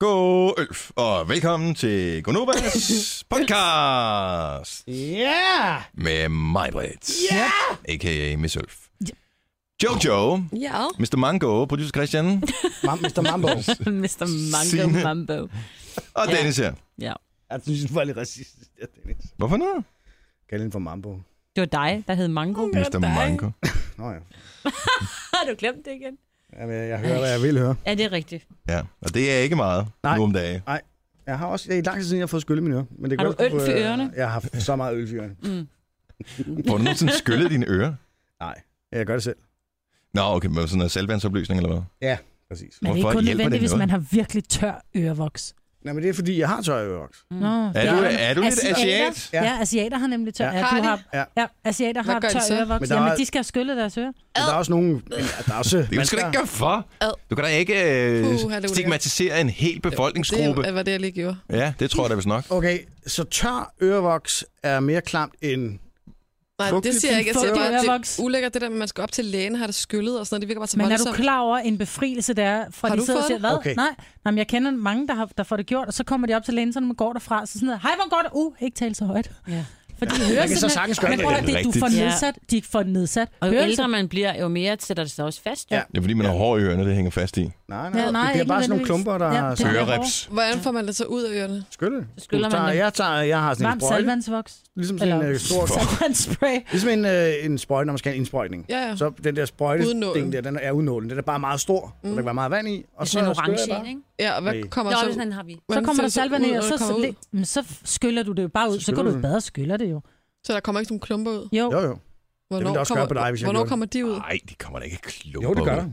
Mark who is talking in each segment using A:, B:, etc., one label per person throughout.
A: God Ølf, og velkommen til Gonovas podcast
B: Ja!
A: med mig, Britt,
B: Ja!
A: a.k.a. Miss Ølf. Jojo,
C: Ja.
A: Mr. Mango, producer Christian
B: Mam, Mr. Mambo.
C: Mr. Mango
A: Signe.
C: Mambo.
A: og
C: Ja.
A: Dennis her.
C: Ja.
B: Jeg synes, det var lidt racistisk, der, Dennis.
A: Hvorfor nu?
B: Kald hende for Mambo.
C: Det var dig, der hed Mango.
A: Mr. Mango.
B: Nå ja.
C: Har du glemt det igen?
B: Jamen, jeg, jeg hører, hvad jeg vil høre.
C: Ja, det er rigtigt.
A: Ja, og det er ikke meget
B: Nej.
A: nu om dagen.
B: Jeg har også, jeg, i lang tid siden, jeg har fået skylle mine ører. Men det
C: Har
B: kan
C: du
B: godt-
C: øl for
B: øh,
C: ørerne?
B: Jeg har haft så meget øl for ørerne.
C: Mm,
A: Får du nogensinde skyllet dine ører?
B: Nej, jeg gør det selv.
A: Nå, okay, med sådan en selvvandsopløsning eller hvad?
B: Præcis.
D: Men det er
A: Hvorfor
D: kun
A: hjælper det
D: nødvendigt, hvis
A: noget?
D: man har virkelig tør ørevoks.
B: Nej, men det er, fordi jeg har tørre ører også.
C: Mm.
D: Nå.
A: Er du,
D: Ja.
A: er du lidt
D: Asiater?
A: asiat?
B: Ja.
D: Ja. ja, asiater har nemlig tør.
B: Ja.
D: Ja,
C: Har
D: du
C: de?
D: har,
B: Ja.
D: ja asiater
C: Hvad
D: har
C: gør de
D: tør
C: så?
B: Men
D: ørevoks.
B: der er-
D: Jamen, de skal have skyllet deres ører.
B: Men der er også nogen... Men der er også...
A: Det kan du sgu da ikke gøre for.
C: Ad.
A: Du kan da ikke øh,
C: Puh, er det
A: stigmatisere en hel befolkningsgruppe.
C: var det, jeg lige gjorde.
A: Ja, det tror jeg da vist nok.
B: Okay, så tør ørevoks er mere klamt end...
E: Nej,
B: Fugtigt,
E: det siger jeg ikke. Jeg siger
D: fugtigt
E: bare, at
D: ørevoks.
E: det er ulækkert, det der med, at man skal op til lægen, har det skyllet og sådan noget. Det virker bare så
D: Men er du
E: voldsomt.
D: klar over en befrielse, der er fra
E: Har
D: de
E: du
D: sidder og
E: fået
D: siger,
E: det?
D: hvad?
B: Okay.
D: Okay. Nej, nej, men jeg kender mange, der, har, der får det gjort, og så kommer de op til lægen, så når man går derfra, så sådan noget, hej, hvor går det? Uh, ikke tale så højt.
C: Ja.
D: For de hører
B: kan så
D: simpelthen-
B: sagtens gøre
D: Men
B: det.
D: prøv at høre, det. Du
A: Rigtigt.
D: får
C: Ja.
D: nedsat, de får nedsat.
C: Og jo
D: hørelse.
C: ældre man bliver, jo mere sætter det sig også fast. Jo.
B: Ja.
C: Ja.
A: Det er fordi, man har hår i ørerne, det hænger fast i.
B: Nej,
D: Ja,
B: nej,
D: nej,
B: det bliver
D: ikke
B: bare sådan nogle
D: nødvendigvis.
B: klumper, der
D: Ja,
B: er
D: det
B: sådan-
D: er-
A: Ørereps.
E: Hvordan får man det så ud af ørerne?
B: skylle.
D: Så skyller
B: Du tager-
D: man dem.
B: jeg, tager, jeg har sådan en
D: Varm
B: sprøjte,
D: salvandsvoks.
B: ligesom sådan en
D: Eller-
B: øh, stor
D: Salvandspray.
B: Ligesom en, øh, en sprøjte, når man skal have en indsprøjtning.
E: Ja, ja.
B: Så den der sprøjte
E: Uden nålen.
B: ting der, den er udnålen. Den er bare meget stor, mm. og der kan være meget vand i. Og
C: Det er sådan en
B: skyller jeg
C: orange en,
B: bare.
C: ikke?
E: Ja, og hvad
B: Nej.
E: kommer
C: Nå,
E: så
C: sådan en har vi.
D: Så
E: Hvordan
D: kommer
E: ser
D: der salvan
E: det så ud,
D: i, og
E: når
D: så,
E: det kommer
D: så,
E: ud?
D: det, men så skyller du det jo bare ud.
B: Så
D: Så, går
B: skyller
D: du
B: du
D: jo
B: det.
D: bade og skyller det jo.
E: Så der kommer ikke nogen klumper ud?
D: Jo,
B: Jo, jo.
E: Hvornår
B: jeg også
E: kommer,
B: gøre på dig, hvis jeg
E: hvornår
B: gjorde det.
E: kommer de ud?
A: Nej, de kommer da ikke klumper
B: Jo, det gør
A: ud.
B: der.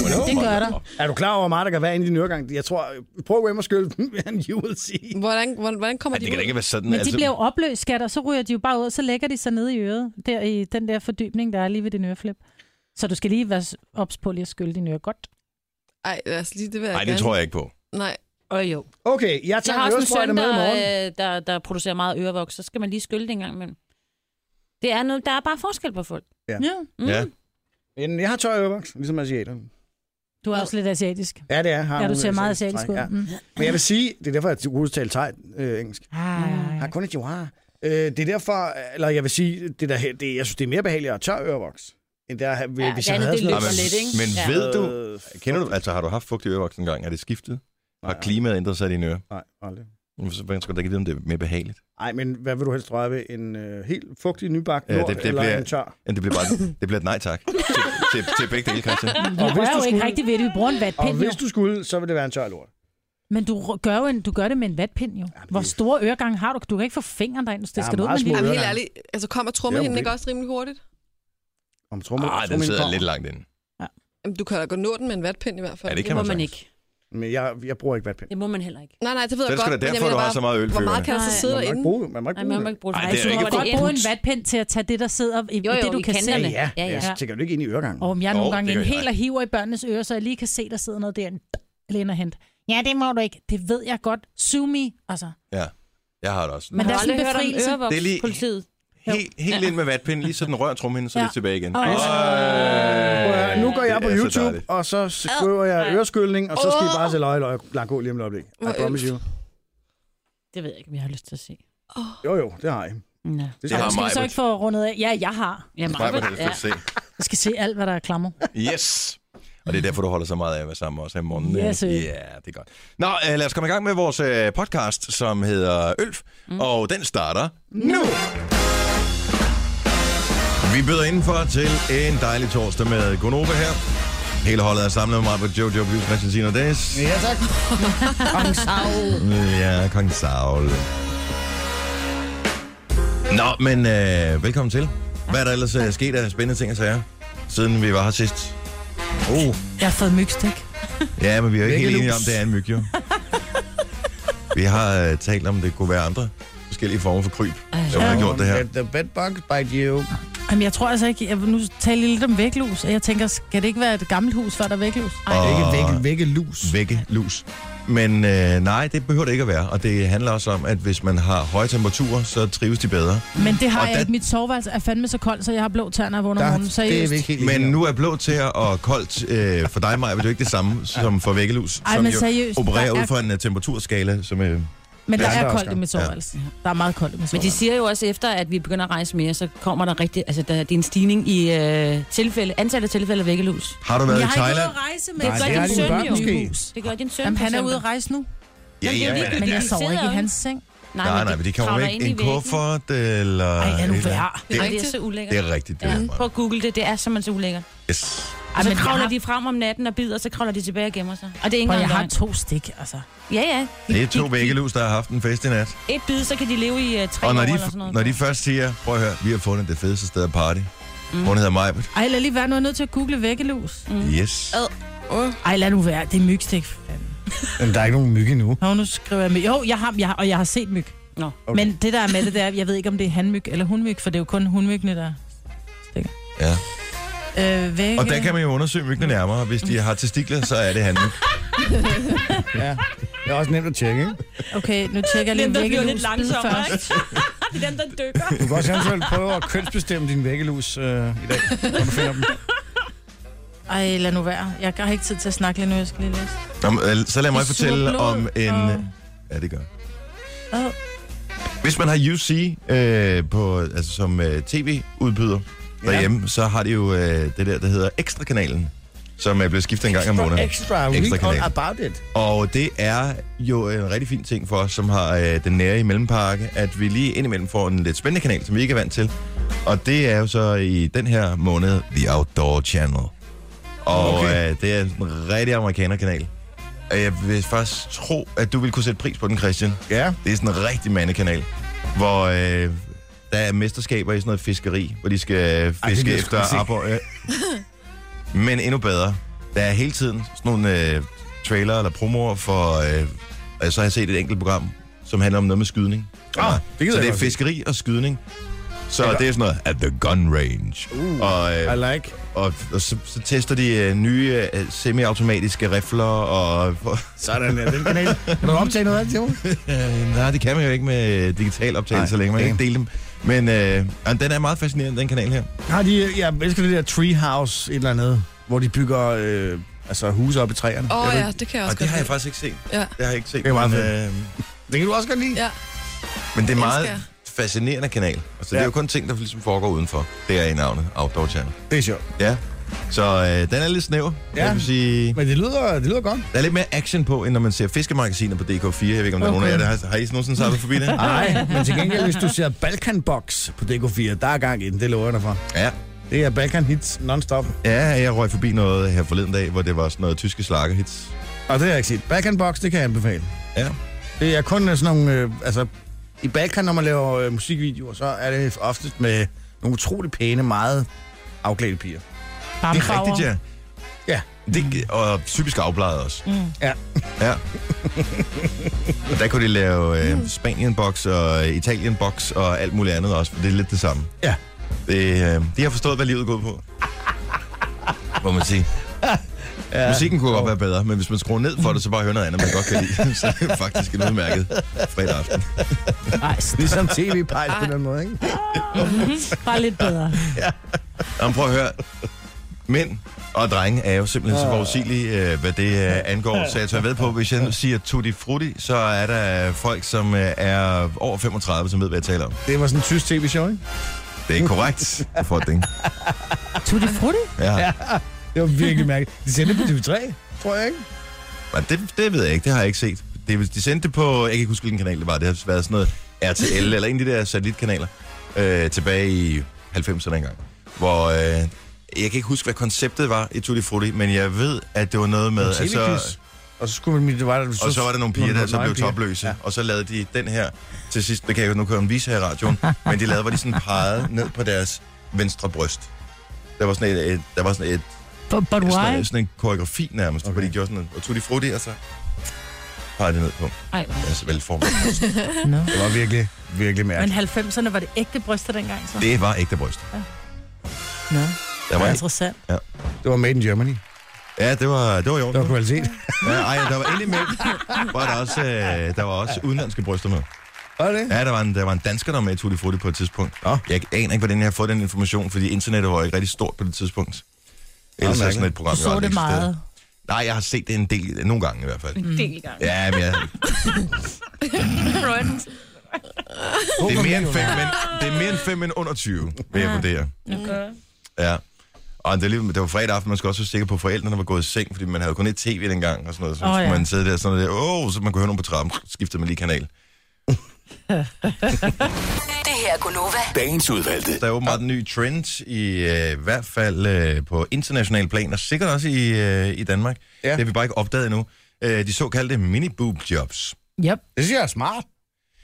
A: Hvornår
D: det gør
A: kommer
D: der.
A: de?
B: Er du klar over, hvor meget der kan være inde i din øregang? Jeg tror, prøv at gå hjem og skylle dem, and you will see.
E: Hvordan, hvordan, hvordan kommer
A: Ej,
E: de
A: det kan da
E: ud?
A: ikke være sådan. altså-
D: men de bliver jo opløst, skat, og så ryger de jo bare ud, og så lægger de sig nede i øret, der i den der fordybning, der er lige ved din øreflip. Så du skal lige være s- ops på lige at skylle dine ører godt.
E: Nej, altså lige det vil jeg
A: Nej, det
E: gerne.
A: tror jeg ikke på.
E: Nej,
C: Og jo.
B: Okay, jeg
C: Jeg
B: tager
C: har
B: en
C: også en
B: øresprøjte
C: søn,
B: med i
C: der,
B: morgen.
C: øh, der, der producerer meget ørevoks, så skal man lige skylde det en gang imellem. Det er noget, der er bare forskel på folk.
B: Ja.
D: Ja.
C: Mm.
A: Ja.
B: Men jeg har tøj ørevoks, ligesom asiaterne.
D: Du er også lidt asiatisk.
B: Ja, det er. jeg Har
D: Ja, du
B: nogle
D: ser meget
B: asiatiske
D: asiatisk ud.
B: træk,
D: Ja.
B: Ja.
D: Mm.
B: Men jeg vil sige, det er derfor, jeg burde tale thai øh, engelsk.
D: Ah,
B: Har kun et joa. Øh, det er derfor, eller jeg vil sige, det der, det, jeg synes, det er mere behageligt at tørre ørevoks, end der, ja, hvis
C: Ja,
B: jeg
C: det andet,
B: havde
C: det
B: sådan
A: Nej,
C: løber
A: men,
C: lidt, ikke?
A: men
C: Ja.
A: ved du,
B: Øh,
A: kender du, altså har du haft fugtig ørevoks engang? Er det skiftet?
B: nej,
A: Har klimaet ændret sig i dine ører?
B: Nej, aldrig.
A: Så hvordan skal du da ikke vide, om det er mere behageligt?
B: Ej, men hvad vil du helst røre ved? En øh, helt fugtig nybagt
A: Ja,
B: lort, ja,
A: det- det
B: eller
A: bliver-
B: en tør?
A: Men det bliver bare det bliver et nej tak til, til, til begge dele, Christian.
D: Vi
B: Og hvis
D: rører
B: du
D: jo ikke
B: skulle-
D: rigtig ved det, vi bruger en
B: Og
D: vatpind jo.
B: hvis du skulle, så vil det være en tør lort.
D: Men du r- gør, jo en, du gør det med en vatpind jo.
B: men
D: Hvor
B: det-
D: store øregange har du? Du kan ikke få fingeren derind, så
B: Jeg
D: det
B: er
D: skal du ud med
B: meget
D: en
B: små
D: lille...
E: Jamen,
B: ørerne.
E: helt ærligt. Altså kommer trommehinden
B: Ja,
E: ikke også rimelig hurtigt?
B: Om trommer,
A: Ah, den sidder lidt langt inde.
E: Jamen, du kan da godt nå den med en vatpind i hvert fald.
A: Ja, det
C: Det
A: kan
C: må
A: man
C: man
A: sagtens.
C: ikke.
B: Men jeg, jeg bruger ikke vatpind.
C: Det må man heller ikke.
E: Nej, nej, det ved
A: Så
E: jeg
A: er det sgu
E: godt.
A: da
E: men jeg
A: derfor,
E: mener
A: du har
E: bare,
A: så meget øl
E: Hvor meget kan der så
C: Nej.
E: sidde
B: Man må
E: derinde?
B: ikke bruge, man må ikke
C: Nej,
B: bruge
C: man må
B: det.
C: ikke bruge det.
A: Ej,
C: Nej,
A: det er
C: du må
A: ikke
C: godt
D: godt
C: bruge
D: bruge en vatpind til at tage det, der sidder i,
C: Jo,
D: i
C: jo,
D: det, du
C: i
D: kan se.
C: kanterne.
B: Ja, ja,
C: Ja, ja.
B: jeg tænker jo ikke ind i øregangen.
D: Og jeg er
A: Jo,
D: nogle
A: det
D: gange en
A: gør jeg.
D: helt og hiver i børnenes ører, så jeg lige kan se, der sidder noget der. en Læner hent. Ja, det må du ikke. Det ved jeg godt. Sue me. Altså,
A: Jeg har det også.
D: Men
C: Men
D: der
C: der
D: er
C: har aldrig
D: sådan en
C: hørt om
D: befrielse.
A: Det er lige-
C: ørevokspolitiet.
A: Helt, helt ind med vatpinden, lige så den rører trumhinden, så er det tilbage igen.
D: Åh.
A: Ej,
B: Prøv at høre, Nu går jeg
A: det
B: på
A: er så
B: YouTube,
A: dejligt.
B: og så skriver jeg øreskyldning, og så skal I bare se løje, løje, langt gå lige om et øjeblik. I
E: Hvor
B: promise you.
C: Det ved jeg ikke, om jeg har lyst til at se.
B: Jo, jo, det har I.
C: Nej.
B: Det
A: Det
B: skal
A: har
B: I.
D: skal vi så
A: Maj-Brit.
D: ikke få rundet af? Ja, jeg har.
C: Ja,
A: Mig vil helst ikke se.
D: Jeg skal se alt, hvad der er klammer.
A: Yes! Og det er derfor, du holder så meget af at være sammen med os her i morgen.
D: Yes, sir.
A: Ja, yeah, det er godt. Nå, øh, lad os komme i gang med vores øh, podcast, som hedder Ølf, mm. og den starter nu! Vi byder indenfor til en dejlig torsdag med Gonova her. Hele holdet er samlet med mig på Jojo, Bys, Christian Sina og Dennis.
B: Ja, tak.
A: Øh, Ja, Kong Saul. Nå, men øh, velkommen til. Hvad er der ellers øh, sket af spændende ting og sager, siden vi var her sidst? Oh,
D: Jeg har fået mygstik.
A: Ja, men vi er jo ikke helt
B: Væggelus.
A: enige om, det er en myg, jo. vi har øh, talt om, det kunne være andre forskellige former for kryb, som har gjort det her.
B: Let the bed bugs bite you.
D: Jamen, jeg tror altså ikke... Jeg, nu taler jeg lidt om vægtlus, og jeg tænker, skal det ikke være et gammelt hus, før der er vægtlus?
A: Ej, og
F: Ikke vække, vække lus.
A: vække lus. Men øh, nej, det behøver det ikke at være. Og det handler også om, at hvis man har høje temperaturer, så trives de bedre.
D: Men det har
A: Og
D: jeg
A: der-
D: ikke. Mit soveværelse er fandme så koldt, så jeg har blå tær, når jeg vågner om
F: Der,
D: morgenen.
F: det er
D: Seriøst.
F: vi ikke helt
A: Men
F: enige om.
A: nu er blå tæer og koldt øh, for dig, Maja, vil det jo ikke det samme som for væggelus,
D: Ej,
A: som
D: men
A: jo
D: seriøst.
A: opererer
D: der
A: ud
D: er,
A: fra en uh, temperaturskala, som øh,
D: men der
B: Ja, der
D: er
B: er
D: koldt i
B: skam.
D: mit soveværelse. Der er meget koldt i mit
C: Men de
D: soveværelse.
C: siger jo også, efter at vi begynder at rejse mere, så kommer der rigtig... Altså, der, det er en stigning i øh, tilfælde, antallet af tilfælde af væggelus.
A: har du været i
D: jeg har ikke
A: Thailand?
D: været at rejse med.
C: Det
B: Nej,
C: gør
B: det
C: din
B: er dine
C: søn
B: børn
C: jo.
B: måske.
C: Det gør din søn,
D: Jamen,
C: for
D: han er ude at
C: eksempel.
D: rejse nu,
A: Ja,
C: Jamen, det er
A: ja,
C: jo
A: men,
C: ligegyldigt.
D: men jeg
C: de
D: sover
C: sidder
D: ikke i
C: jo
D: hans seng.
A: nej, nej, men de kommer
C: kravler
A: væk i
C: i
A: en
C: væggen.
A: kuffert, eller...
D: Ej, er du
A: et eller andet.
D: værd?
A: Det,
C: Ej, det er
E: Rigtigt.
C: så ulækkert.
A: det er rigtigt, det
E: Ja.
A: er
C: Prøv
A: meget.
C: at google det, det er simpelthen så ulækkert.
A: Yes.
D: Ej,
C: Og så
D: men jeg
C: kravler
D: har-
C: de frem om natten og bider, og så kravler de tilbage og gemmer sig. Og det er ikke
D: Prøv, jeg
C: engang
D: har
C: løgn.
D: to stik, altså.
C: Ja, ja.
A: Det er to væggelus, der har haft en fest i nat.
C: Et bid, så kan de leve i uh, tre
A: Og
C: år
A: når
C: eller sådan
A: de,
C: noget.
A: når de først siger, prøv at høre, vi har fundet det fedeste sted at party. Mm. Hun hedder Majbet.
D: Ej, lad lige være noget nødt til at google væggelus.
A: Yes.
C: Ad.
E: Åh,
D: Ej, lad nu være. Det er mygstik. fanden.
F: Jamen, der er ikke nogen mygge nu.
D: Nå, nu skriver jeg myg. Jo, jeg har, jeg har, og jeg har set myg.
C: Nå.
D: Okay. Men det der er med det, det er, jeg ved ikke, om det er hanmyg eller hunmyg, for det er jo kun hunmyggene, der stikker.
A: Ja.
D: Øh, vægge.
A: Og der kan man jo undersøge myggene nærmere. Hvis de har testikler, så er det han.
B: Det er også nemt at tjekke, ikke?
D: Okay, nu tjekker jeg
C: Dem,
D: lige
C: der bliver
D: væggelus
C: lidt
D: bid
C: langsommere,
D: først.
C: ikke? Det er dem, der dykker.
B: Du kan også eventuelt prøve at kønsbestemme din væggelus øh, i dag, når du finder dem.
D: Ej, lad nu være. Jeg har ikke tid til at snakke lige nu, jeg skal lige læse.
A: Nå, men, øh, så lad mig
D: Det suger
A: fortælle
D: blod,
A: om en...
D: og-
A: Ja, det gør.
D: Ad.
A: Hvis man har UC øh, på, altså som øh, tv-udbyder
B: Ja.
A: derhjemme, så har de jo øh, det der, der hedder Ekstra-kanalen, som øh, bliver skiftet en gang om måneden.
B: Extra,
A: Ekstra
B: week on
A: kanal.
B: about it.
A: Og det er jo en rigtig fin ting for os, som har øh, den nære i Mellemparke, at vi lige indimellem får en lidt spændende kanal, som vi ikke er vant til. Og det er jo så i den her måned The Outdoor Channel. Og okay.
B: Okay.
A: øh, det er en rigtig amerikaner-kanal. Og Jeg vil først tro, at du vil kunne sætte pris på den, Christian.
B: Ja.
A: Det er sådan en rigtig mandekanal, hvor øh, der er mesterskaber i sådan noget fiskeri, hvor de skal øh, fiske
B: lyder
A: efter
B: sgu
A: abborre. Men endnu bedre, der er hele tiden sådan nogle øh, trailer eller promoer for... Øh, og så har jeg set et enkelt program, som handler om noget med skydning.
B: Ah, det gider
A: så
B: jeg
A: det er
B: godt se.
A: fiskeri og skydning. Så
B: Eller-
A: det er sådan noget, at the gun range.
B: Uh,
A: og, øh,
B: I like.
A: og, og så, så tester de øh, nye øh, semiautomatiske rifler, og
B: Sådan er den kanal. Kan du optage noget af det, Simon?
A: Øh, nej, det kan man jo ikke med øh, digital optagelse
B: Nej,
A: længere. Man kan
B: damn.
A: ikke dele dem. Men øh, jamen, den er meget fascinerende, den kanal her.
B: Har de, jeg elsker det der treehouse et eller andet, hvor de bygger øh, altså huse op i træerne.
E: Åh,
A: Jeg ved
E: ja,
A: ikke-
E: det kan jeg også
A: Og det har jeg
E: godt
A: faktisk ikke set.
E: Ja.
A: Det har jeg ikke set.
B: Det er meget
A: men,
B: fedt.
A: øh,
B: Det kan du også godt lide.
E: lide. Ja,
A: men det er meget
E: Elsker.
A: fascinerende kanal. Altså, det er
B: Ja.
A: jo kun ting, der ligesom foregår udenfor. Det er i navnet Outdoor Channel.
B: Det er sjovt.
A: Ja. Så øh, den er lidt snæver.
B: Ja.
A: Jeg vil sige,
B: Men det lyder, det lyder godt.
A: der er lidt mere action på, end når man ser fiskemagasiner på DK4. Jeg ved ikke, om der er nogen af jer, der har, har I nogensinde sagt forbi det?
B: Nej, men til gengæld, hvis du ser Balkanbox på DK4, der er gang i den, det lover jeg dig for.
A: Ja.
B: Det er Balkan hits non-stop.
A: ja, jeg røg forbi noget her forleden dag, hvor det var sådan noget tyske slagerhits.
B: Og det har jeg ikke set. Balkanbox, det kan jeg anbefale.
A: Ja.
B: Det er kun sådan nogle, øh, altså i Balkan, når man laver øh, musikvideoer, så er det oftest med nogle utrolig pæne, meget afklædte piger.
A: Det er rigtigt, ja.
B: Ja.
A: Det, og typisk afbladet også.
D: Mm.
B: Ja.
A: ja. Og der kunne de lave øh, Spanien-boks og Italien-boks og alt muligt andet også, for det er lidt det samme.
B: Ja.
A: Det, øh, de har forstået, hvad livet går ud på. Må man sige. Ja, Musikken kunne godt være bedre, men hvis man skruer ned for det, så bare hører noget andet, man godt kan lide. Så er det jo faktisk en udmærket fredag aften.
D: Ej, s-
B: Ligesom tv-pejs på den måde, ikke?
D: bare lidt bedre.
A: Jamen, prøv at høre. Mænd og drenge er jo simpelthen så forudsigelige, øh, hvad det øh, angår. Så jeg tør ved på, hvis jeg nu siger tutti frutti, så er der folk, som øh, er over 35, som ved, hvad jeg taler om.
B: Det var sådan en tysk tv-show, ikke?
A: Det er ikke korrekt. Du får et ding.
D: Tutti frutti?
A: Ja.
B: Det var virkelig mærkeligt. De sendte på TV3, tror jeg, ikke?
A: Men det, det ved jeg ikke. Det har jeg ikke set. Det, er- de sendte det på, jeg kan ikke huske, hvilken kanal det var. Det har været sådan noget RTL, eller en af de der satellitkanaler, øh, tilbage i 90'erne engang. Hvor, øh, jeg kan ikke huske, hvad konceptet var i Tutti Frutti, men jeg ved, at det var noget med... at så-
B: TV-quiz. Og så skulle man, det var der,
A: Altså- Og så var der nogle piger, der så blev
B: piger.
A: topløse.
B: Ja.
A: Ja. Og så lavede de den her til sidst. Det kan jeg jo nu kan vise her i radioen. men de lavede, hvor de sådan pegede ned på deres venstre bryst. Der var sådan et, et der var sådan et,
D: But, but why?
A: sådan, sådan en koreografi nærmest, okay. hvor de gjorde sådan en, og tog de frutti, og så pegede de ned på
C: Ej,
A: deres velformede bryst.
D: No.
B: Det var virkelig, virkelig
D: Men
B: mærkeligt.
D: 90'erne var det ægte bryster dengang, så.
A: Det var ægte bryst.
D: Nå,
A: Der var en,
D: interessant.
F: Det var made in Germany.
A: ja, det var, det var i
F: Det var
A: orden.
F: kvalitet.
A: Ja, ej, der var indimellem, var der også, øh, der var også udenlandske bryster med.
F: Var det?
A: Ja, der var en, der var en dansker, der var med i Tutti Frutti på et tidspunkt.
F: Nå.
A: Jeg aner ikke, hvordan jeg har fået den information, fordi internettet var jo ikke rigtig stort på det tidspunkt. Ellers er
F: mærkeligt.
A: sådan et program,
C: Du
A: jo
C: så
A: aldrig
C: det
A: eksisteret.
C: meget.
A: Nej, jeg har set det en del, nogle gange i hvert fald.
C: Mm. Det er ikke
A: Ja, men jeg, det er mere end fem, men, det er mere end fem end under 20, vil jeg
C: Ah.
A: vurdere.
C: Okay.
A: Ja. Og det, er lige- det var fredag aften, man skulle også være sikker på, at forældrene var gået i seng, fordi man havde kun et tv dengang, og sådan noget. Så
D: Åh,
A: oh, skulle
D: ja.
A: man sidde der sådan der, åh, oh, så man kunne høre nogen på trappen, skiftede man lige kanal.
G: Det her er Gunova.
H: Dagens udvalgte.
A: Der er åbenbart en ny trend, i øh, hvert fald øh, på international plan, og sikkert også i, øh, i Danmark. Ja.
F: Ja.
A: Det har vi bare ikke opdaget endnu. Øh, de såkaldte mini-boob-jobs.
C: Yep.
F: Det synes jeg er smart.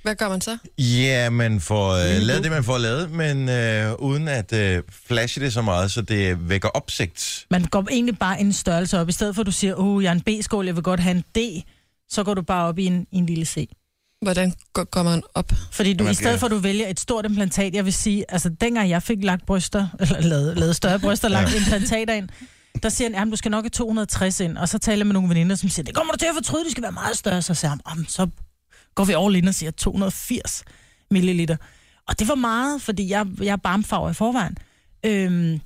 E: Hvad gør man så?
A: Ja, man får øh, lavet det, man får lavet, men øh, uden at øh, flashe det så meget, så det vækker opsigt.
D: Man går egentlig bare en størrelse op. I stedet for, at du siger, oh, jeg er en B-skål, jeg vil godt have en D, så går du bare op i en, i en lille C.
E: Hvordan går, går man op?
D: Fordi du,
F: Man
D: i stedet
F: skal-
D: for, at du vælger et stort implantat, jeg vil sige, altså dengang jeg fik lagt bryster, eller lavet, lavet større bryster, lagt implantater ind, der siger han, at du skal nok have 260 ind. Og så taler jeg med nogle veninder, som siger, det kommer du til at fortryde, det skal være meget større. Så siger han, "Om, så går vi over ind og siger 280 milliliter. Og det var meget, fordi jeg, jeg er barmfarver i forvejen. Øhm,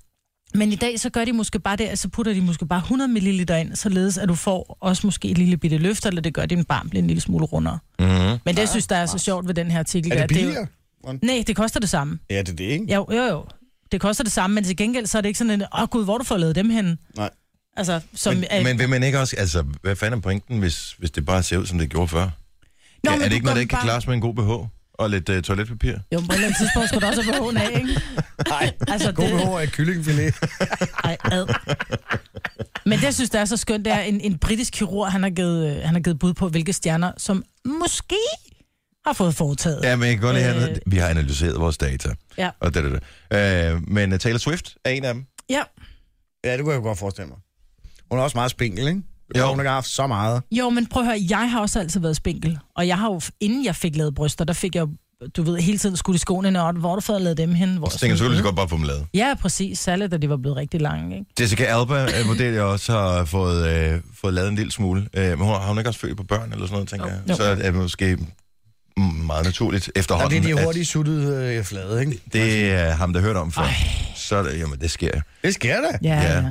D: men i dag, så gør de måske bare det, at så putter de måske bare 100 milliliter ind, således at du får også måske et lille bitte løft, eller det gør din barm bliver en lille smule rundere.
A: Mm-hmm.
D: Men det, jeg synes, der er så sjovt ved den her artikel,
F: Er
D: der,
F: det
D: er jo-
F: billigere?
D: Nej, det koster det samme.
F: Ja, det er det, ikke?
D: Jo, jo, jo. Det koster det samme, men til gengæld så er det ikke sådan en, åh oh, gud, hvor har du får lavet dem henne?
F: Nej.
D: Altså, som...
A: Men,
D: er,
A: men vil man ikke også, altså, hvad fanden er pointen, hvis, hvis det bare ser ud, som det gjorde før? Nå,
D: Nå,
A: ja,
D: men
A: er
D: du
A: det ikke noget, der ikke kan
D: bare-
A: klares med en god BH og lidt øh, toiletpapir?
D: Jo, men på et eller andet tidspunkt skulle du også have behoven af, ikke?
F: Nej.
D: Altså, det...
F: God behov af kyllingfilet.
D: Ej, ad. Men det, jeg synes, der er så skønt, det er en, en britisk kirurg, han har, givet, øh, han har givet bud på, hvilke stjerner, som måske har fået foretaget.
A: Ja, men jeg kan godt lide,
D: Øh.
A: at vi har analyseret vores data.
D: Ja.
A: Og det, det, det. Øh, men øh, Taylor Swift er en af dem.
D: ja.
F: Ja, det kunne jeg godt forestille mig. Hun er også meget spinkel, ikke?
A: Jo.
F: Jo. Hun har haft så meget.
D: Jo, men prøv at høre, jeg har også altid været spinkel. Og jeg har jo, inden jeg fik lavet bryster, der fik jeg jo, du ved, hele tiden skudt i skoene, og hvor har du fået lavet dem hen? Hvor
A: Så tænker jeg, så
D: sådan, Mm.
A: kunne jeg lige så godt bare få dem lavet.
D: Ja, præcis. Særligt, da de var blevet rigtig lange, ikke?
A: Jessica Alba, øh, model, jeg også har fået, øh, fået lavet en lille smule. Øh, men hun, har hun ikke også født på børn eller sådan noget, tænker
D: Jo.
A: jeg?
D: Jo.
A: Så er det måske mm, meget naturligt
F: Og det
A: efterhånden.
F: er de
A: at-
F: hurtigt suttede øh, flade, ikke?
A: Det er ham, der hørte om før. Så er det, jamen, det sker.
F: Det sker da.
D: Ja,
A: Ja.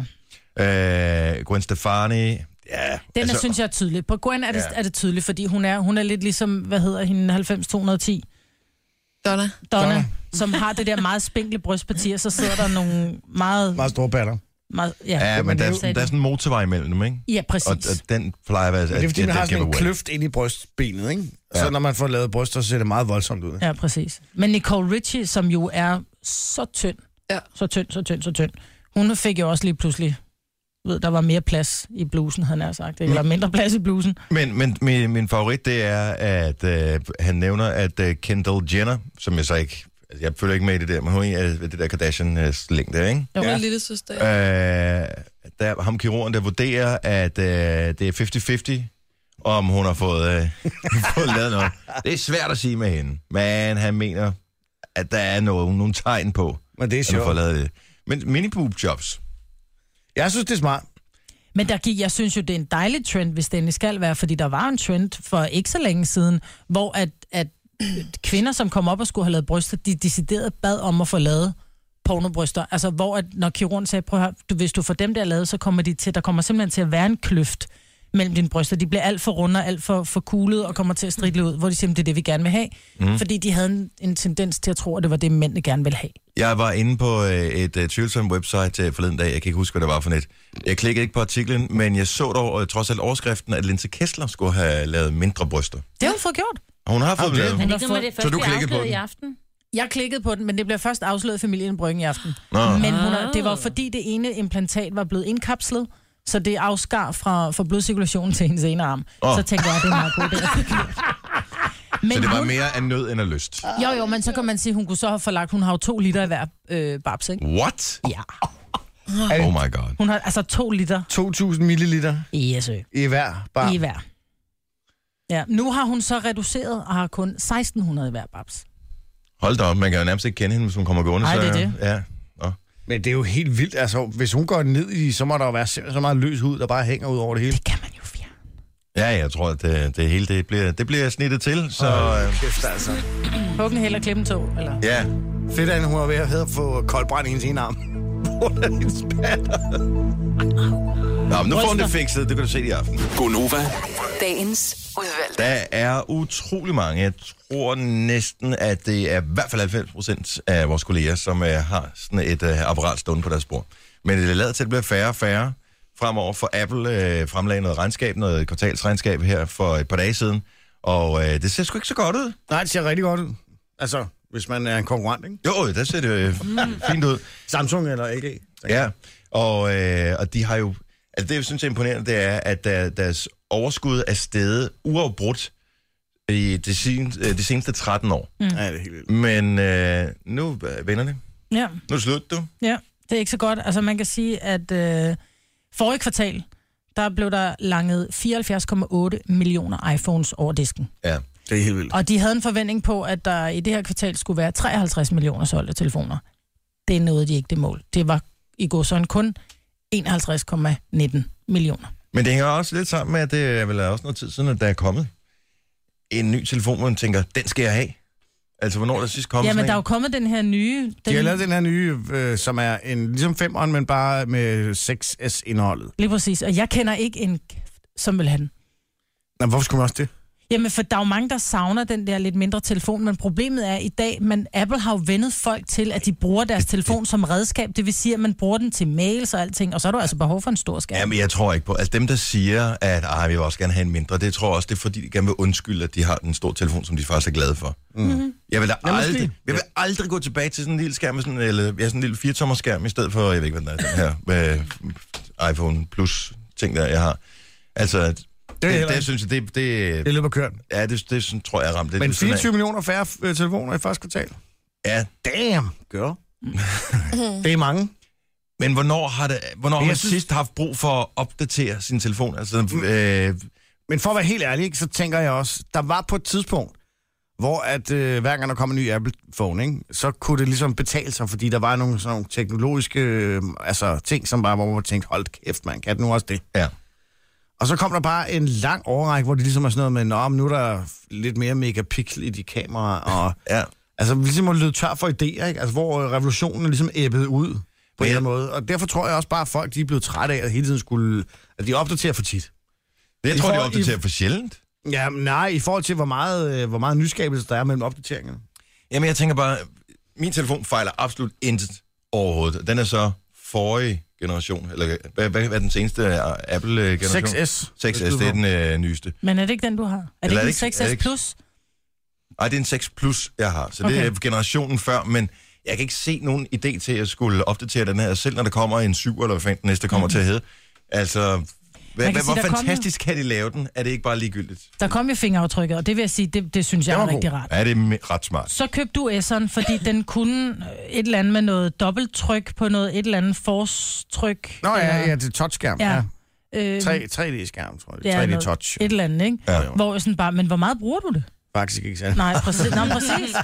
D: ja.
A: Øh, Gwen Stefani. Ja,
D: Den altså, synes jeg er tydelig. På Gwen er det,
A: Ja.
D: ja. er det tydeligt, fordi hun er, hun er lidt ligesom, hvad hedder hende, 90-210?
E: Donna?
D: Donna,
F: Donna.
D: som har det der meget spinkle brystparti, og så sidder der nogle meget...
F: Meget store patter.
D: meget ja,
A: ja, men der, er, sådan- der er sådan en motorvej imellem dem, ikke?
D: Ja,
A: Og,
D: præcis.
A: og den plejer at være...
F: Men det er fordi,
A: at-
F: man
A: at
F: har
A: den
F: sådan en
A: giver away.
F: kløft ind i brystbenet, ikke? Så
A: Ja.
F: når man får lavet bryster, så ser det meget voldsomt ud.
D: Ja, præcis. Men Nicole Richie, som jo er så tynd,
E: Ja.
D: så tynd, så tynd, så tynd, hun fik jo også lige pludselig, du ved, der var mere plads i blusen, havde jeg nær sagt, ikke? eller mindre plads i blusen.
A: Men, men min, min favorit, det er, at øh, han nævner, at øh, Kendall Jenner, som jeg så ikke... altså, Jeg følger ikke med i det der, men hun er en af det der Kardashian-slæng der, ikke?
D: Jo,
E: Ja.
D: ja.
E: Min lille søster.
A: Øh, der er ham kirurgen, der vurderer, at øh, det er 50-50, om hun har fået, øh, fået lavet noget. Det er svært at sige med hende, men han mener, at der er noget, nogle tegn på,
F: Men det er
A: at hun har fået
F: sjovt.
A: lavet det. Men miniboob jobs.
F: Jeg synes, det er smart.
D: Men der gik, jeg synes jo, det er en dejlig trend, hvis det endelig skal være, fordi der var en trend for ikke så længe siden, hvor at, at kvinder, som kom op og skulle have lavet bryster, de decideret bad om at få lavet pornobryster. Altså, hvor at, når kirurgen sagde, prøv at høre, du, hvis du får dem der lavet, så kommer de til, der kommer simpelthen til at være en kløft mellem dine bryster. De bliver alt for runde og alt for, for kuglet og kommer til at stridle ud, hvor de siger, "Men det er det, vi gerne vil have. Mm. Fordi de havde en, en tendens til at tro, at det var det, mændene gerne ville have.
A: Jeg var inde på øh, et øh, tvivlsomt website øh, forleden dag. Jeg kan ikke huske, hvad det var for net. Jeg klikkede ikke på artiklen, men jeg så dog øh, trods alt overskriften, at Linse Kessler skulle have lavet mindre bryster.
D: Det har hun fået gjort.
A: Og Hun har fået
F: det-
A: dem lavet.
C: Men det
D: Hun har
C: ikke noget med
D: fået-
C: det første,
A: du
C: vi
A: klikkede på
C: afslørede i
A: den?
C: aften.
D: Jeg klikkede på den, men det bliver først afsløret i familien Bryggen i aften.
A: Nå.
D: Men hun er, det var fordi det ene implantat var blevet indkapslet, så det afskar fra, fra blodcirkulationen til hendes ene arm.
A: Åh.
D: Oh. Så tænkte jeg, at det er en meget god idé. at få gjort. Men
A: Så det var
D: hun,
A: mere af nød end af lyst.
D: jo, jo, men så kan man sige, at hun kunne så have forlagt, hun har jo to liter i hver øh, babs, ikke?
A: What?
D: Ja.
A: Oh my god.
D: Hun har altså to liter
F: 2.000 milliliter
D: yes, øh,
F: i hver bar.
D: i hver. Ja, nu har hun så reduceret og har kun 1600 i hver babs.
A: Hold da op, man kan jo nærmest ikke kende hende, hvis hun kommer gående.
D: Ej,
A: så,
D: det er det.
A: Ja. Nå.
B: Men det er jo helt vildt. Altså, hvis hun går ned i, så må der jo være simpelthen så meget løs hud, der bare hænger ud over det hele.
D: Det kan man jo fjerne.
A: Ja, jeg tror, at øh, det, det hele det bliver, det bliver snittet til, så... Øh,
B: Kæft, altså.
D: Hukken hælder klippen to, eller?
A: ja.
B: Fedt, at hun er ved at have fået koldbrand i hendes ene arm. Hvor er hendes patter?
A: Nå, men nu får hun det fikset, det kan du se i aften.
H: Gonova,
G: Dagens udvalgte.
A: Der er utrolig mange. Jeg tror næsten, at det er i hvert fald 90 procent af vores kolleger, som uh, har sådan et uh, apparat stående på deres bord. Men det er lavet til at blive færre og færre fremover, for Apple uh, fremlagde noget regnskab, noget kvartalsregnskab her for et par dage siden, og uh, det ser sgu ikke så godt ud.
B: Nej, det ser rigtig godt ud. Altså, hvis man er en konkurrent, ikke?
A: Jo, der ser det øh, fint ud.
B: Samsung eller LG. tænker jeg.
A: Ja, og, øh, og de har jo... Altså det, jeg synes er imponerende, det er, at der, deres overskud er steget uafbrudt i de, sen, øh, de seneste 13 år.
F: Mm.
B: Ja, det er helt vildt.
A: Men øh, nu øh, vender det.
D: Ja,
A: Nu er det slut, du.
D: ja. Det er ikke så godt. Altså, man kan sige, at øh, forrige kvartal, der blev der langet 74,8 millioner iPhones over disken.
A: Ja.
B: Det er helt vildt.
D: Og de havde en forventning på, at der i det her kvartal skulle være 53 millioner solgte telefoner. Det nåede de ikke det mål. Det var i går sådan kun 51,19 millioner.
A: Men det hænger også lidt sammen med, at det er vel også noget tid siden, at der er kommet en ny telefon, hvor man tænker, den skal jeg have. Altså, hvornår er der sidst kommet
D: Ja, men
A: sådan
D: der er
A: en?
D: jo kommet den her nye... Den,
B: De har lavet den her nye, øh, som er en, ligesom 5'eren, men bare med 6S-indholdet.
D: Lige præcis. Og jeg kender ikke en kæft, som vil have den.
B: Nå, hvorfor skulle man også det?
D: Jamen, for der er jo mange, der savner den der lidt mindre telefon, men problemet er i dag, men Apple har jo vendet folk til, at de bruger deres telefon som redskab. Det vil sige, at man bruger den til mails og alting, og så er du altså behov for en stor skærm.
A: Jamen, jeg tror ikke på. Altså, dem, der siger, at Ej, vi vil også gerne have en mindre, det tror jeg også, det er fordi, de gerne vil undskylde, at de har en stor telefon, som de faktisk er glade for. Mm.
B: Mhm.
A: Jeg vil da aldrig, jeg vil aldrig gå tilbage til sådan en lille skærm, med sådan, eller ja, sådan en lille 4 skærm, i stedet for, jeg ved ikke, hvad den er, den her øh, iPhone Plus ting, der jeg har. Altså, det, det,
B: er heller
A: det
B: ikke-
A: synes jeg, det, det,
B: Det løber kørt.
A: ja, det, det sådan, tror jeg er ramt lidt.
B: Men
A: ved siden af.
B: 24 millioner færre øh, telefoner i første kvartal.
A: Ja,
B: Damn, girl. det er mange.
A: men hvornår har, det, hvornår har
B: jeg
A: man
B: synes- Mm.
A: sidst haft brug for at opdatere sin telefon? Altså, øh,
B: Men for at være helt ærlig, ikke, så tænker jeg også, der var på et tidspunkt, hvor at, øh, hver gang der kom en ny Apple-phone, ikke, så kunne det ligesom betale sig, fordi der var nogle, sådan nogle teknologiske øh, altså, ting, som bare, hvor man tænkte, hold kæft, man kan det nu også det.
A: ja.
B: Og så kom der bare en lang overrække, hvor det ligesom er sådan noget med, nå, men nu er der lidt mere megapixel i de kameraer, og
A: ja.
B: altså, vi ligesom må løbe tør for idéer, ikke? Altså, hvor øh, revolutionen ligesom æbbede ud på en
A: jeg-
B: eller anden måde. Og derfor tror jeg også bare, at folk de er blevet trætte af, at hele tiden skulle... At de opdaterer for tit.
A: Jeg
B: I
A: tror, det
B: får- I-
A: opdaterer for sjældent.
B: Ja, men nej, i forhold til, hvor meget, øh, hvor meget nyskabelse der er mellem opdateringerne.
A: Jamen, jeg tænker bare, min telefon fejler absolut intet overhovedet. Den er så forrige generation, eller hvad, hvad, hvad er den seneste øh, Apple-generation?
B: 6S.
A: 6S, det er den øh, nyeste.
D: Men er det ikke den, du har? Er det
A: Eller er
D: ikke en
A: det ikke- er det
D: 6S
A: ikke-
D: Plus?
A: Ej, det er en 6 Plus, jeg har, så det
D: Okay.
A: er generationen før, men jeg kan ikke se nogen idé til, at jeg skulle opdatere den her, selv når der kommer en 7 eller hvad fanden den næste kommer til at hedde. Altså, hvad,
D: Mm. kan
A: hvad,
D: sige,
A: hvor
D: der kom jo-
A: fantastisk kan de lave den? Er det ikke bare ligegyldigt?
D: Der kom jo fingeraftrykket, og det vil jeg sige, det, det synes jeg
B: Den
D: er
B: var god.
D: rigtig rart.
A: Ja, det er me- ret smart.
D: Så købte du S'eren, fordi den kunne øh, et eller andet med noget dobbelttryk på noget, et eller andet force-tryk.
B: Nå ja,
D: eller-
B: ja, det er touchskærm.
D: Ja.
B: Ja.
D: Øh,
B: 3, 3D-skærm, tror jeg.
D: det er
B: 3D-touch.
D: Et eller andet, ikke?
A: Ja.
D: Hvor jeg sådan bare, men hvor meget bruger du det?
B: Faktisk ikke sandt.
D: Nej, præcis. Nå, men præcis.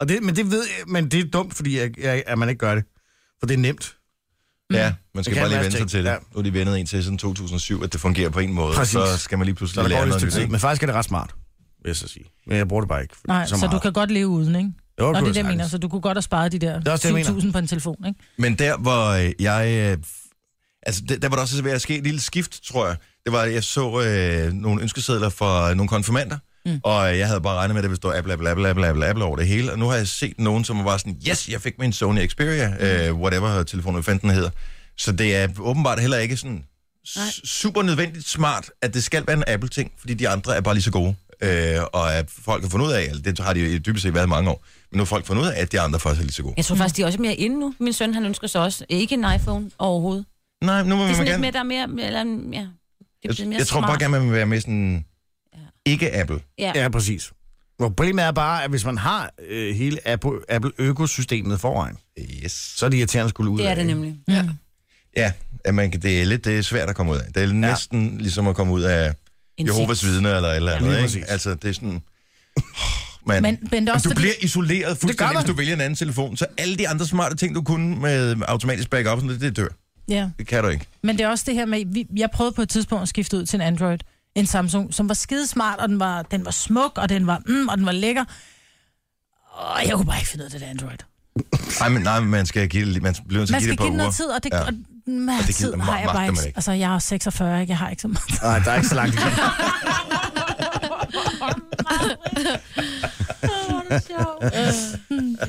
B: Og det, men, det ved, jeg- men det er dumt, fordi jeg, jeg, at man ikke gør det. For det er nemt.
A: Ja, man skal
B: Mm. Det kan
A: bare lige
B: være
A: vende sig
B: ting,
A: til det.
B: ja.
A: Nu er de vendet en til siden 2007, at det fungerer på en måde.
B: Præcis.
A: Så skal man lige
B: Så
A: pludselig
B: der
A: lære
B: går lidt
A: noget
B: til
A: nyt,
B: tid.
A: ikke?
B: Men faktisk er det ret smart, vil jeg så sige. Men jeg bruger det bare ikke
D: Nej, så,
B: så
D: så
B: meget.
D: du kan godt leve uden, ikke?
B: Jo,
D: Og
B: kunne
D: det er det, jeg
B: sagtens.
D: mener. Så du kunne godt have sparet de
B: Det er
D: der
B: også det, jeg mener.
D: 7.000 på en telefon, ikke?
A: Men der, hvor øh, jeg... øh, Altså, der, der var der også ved at ske et lille skift, tror jeg. Det var, at jeg så øh, nogle ønskesedler fra nogle konfirmander, mm. og jeg havde bare regnet med, at det ville stå Apple, Apple, Apple, Apple, Apple, Apple over det hele. Og nu har jeg set nogen, som var sådan, yes, jeg fik min Sony Xperia, øh,
C: Mm.
A: whatever telefonen hvad fanden den hedder. Så det er åbenbart heller ikke sådan s- super nødvendigt smart, at det skal være en Apple-ting, fordi de andre er bare lige så gode. Øh, og at folk har fundet ud af, eller det har de dybest set været i mange år, men nu har folk fundet ud af, at de andre faktisk er lige så gode.
C: Jeg tror faktisk, de er også mere inde nu. Min søn, han ønsker sig også ikke en iPhone overhovedet.
A: Nej, nu må
C: Det er
A: Mm, man
C: sådan lidt
A: gerne...
C: mere, der er mere... Eller, ja, det er blevet
A: Jeg,
C: mere
A: jeg tror bare
C: smart.
A: gerne, man vil være med sådan... Ikke Apple.
C: Ja.
B: Ja, præcis. Problemet er bare, at hvis man har øh, hele Apple- Apple-økosystemet foran,
A: Yes.
B: så er det irriterende at skulle ud
C: Det er
B: af.
C: det nemlig.
E: Ja.
A: Ja, at man, kan- det er lidt det er svært at komme ud af. Det er næsten ligesom at komme ud af
C: En
A: Jehovas vidner eller et eller andet.
B: lige
A: ikke?
B: præcis.
A: Altså, det er sådan... Men,
D: Men- men det er også
A: du
D: fordi-
A: bliver isoleret fuldstændig,
B: man.
A: hvis du vælger en anden telefon. Så alle de andre smarte ting, du kunne med automatisk backup, og sådan noget, det dør.
D: Ja.
A: Det kan du ikke.
D: Men det er også det her med, vi- jeg prøvede på et tidspunkt at skifte ud til en Android, en Samsung, som var skidesmart, og den var, den var smuk, og den var, mm, og den var lækker. Og jeg kunne bare ikke finde ud af det der Android.
A: Nej, men, nej, men man skal give det, man bliver nødt til
D: Man
A: at give
D: skal
A: det på
D: give den
A: uger.
D: noget tid, og det,
A: Ja.
D: ja. og, og
A: gider-
D: det tid
A: mag-
D: har jeg
A: magter
D: bare
A: man
D: ikke.
A: ikke.
D: Altså, jeg er 46, ikke? jeg har ikke så meget.
B: Nej, der er ikke så langt igen.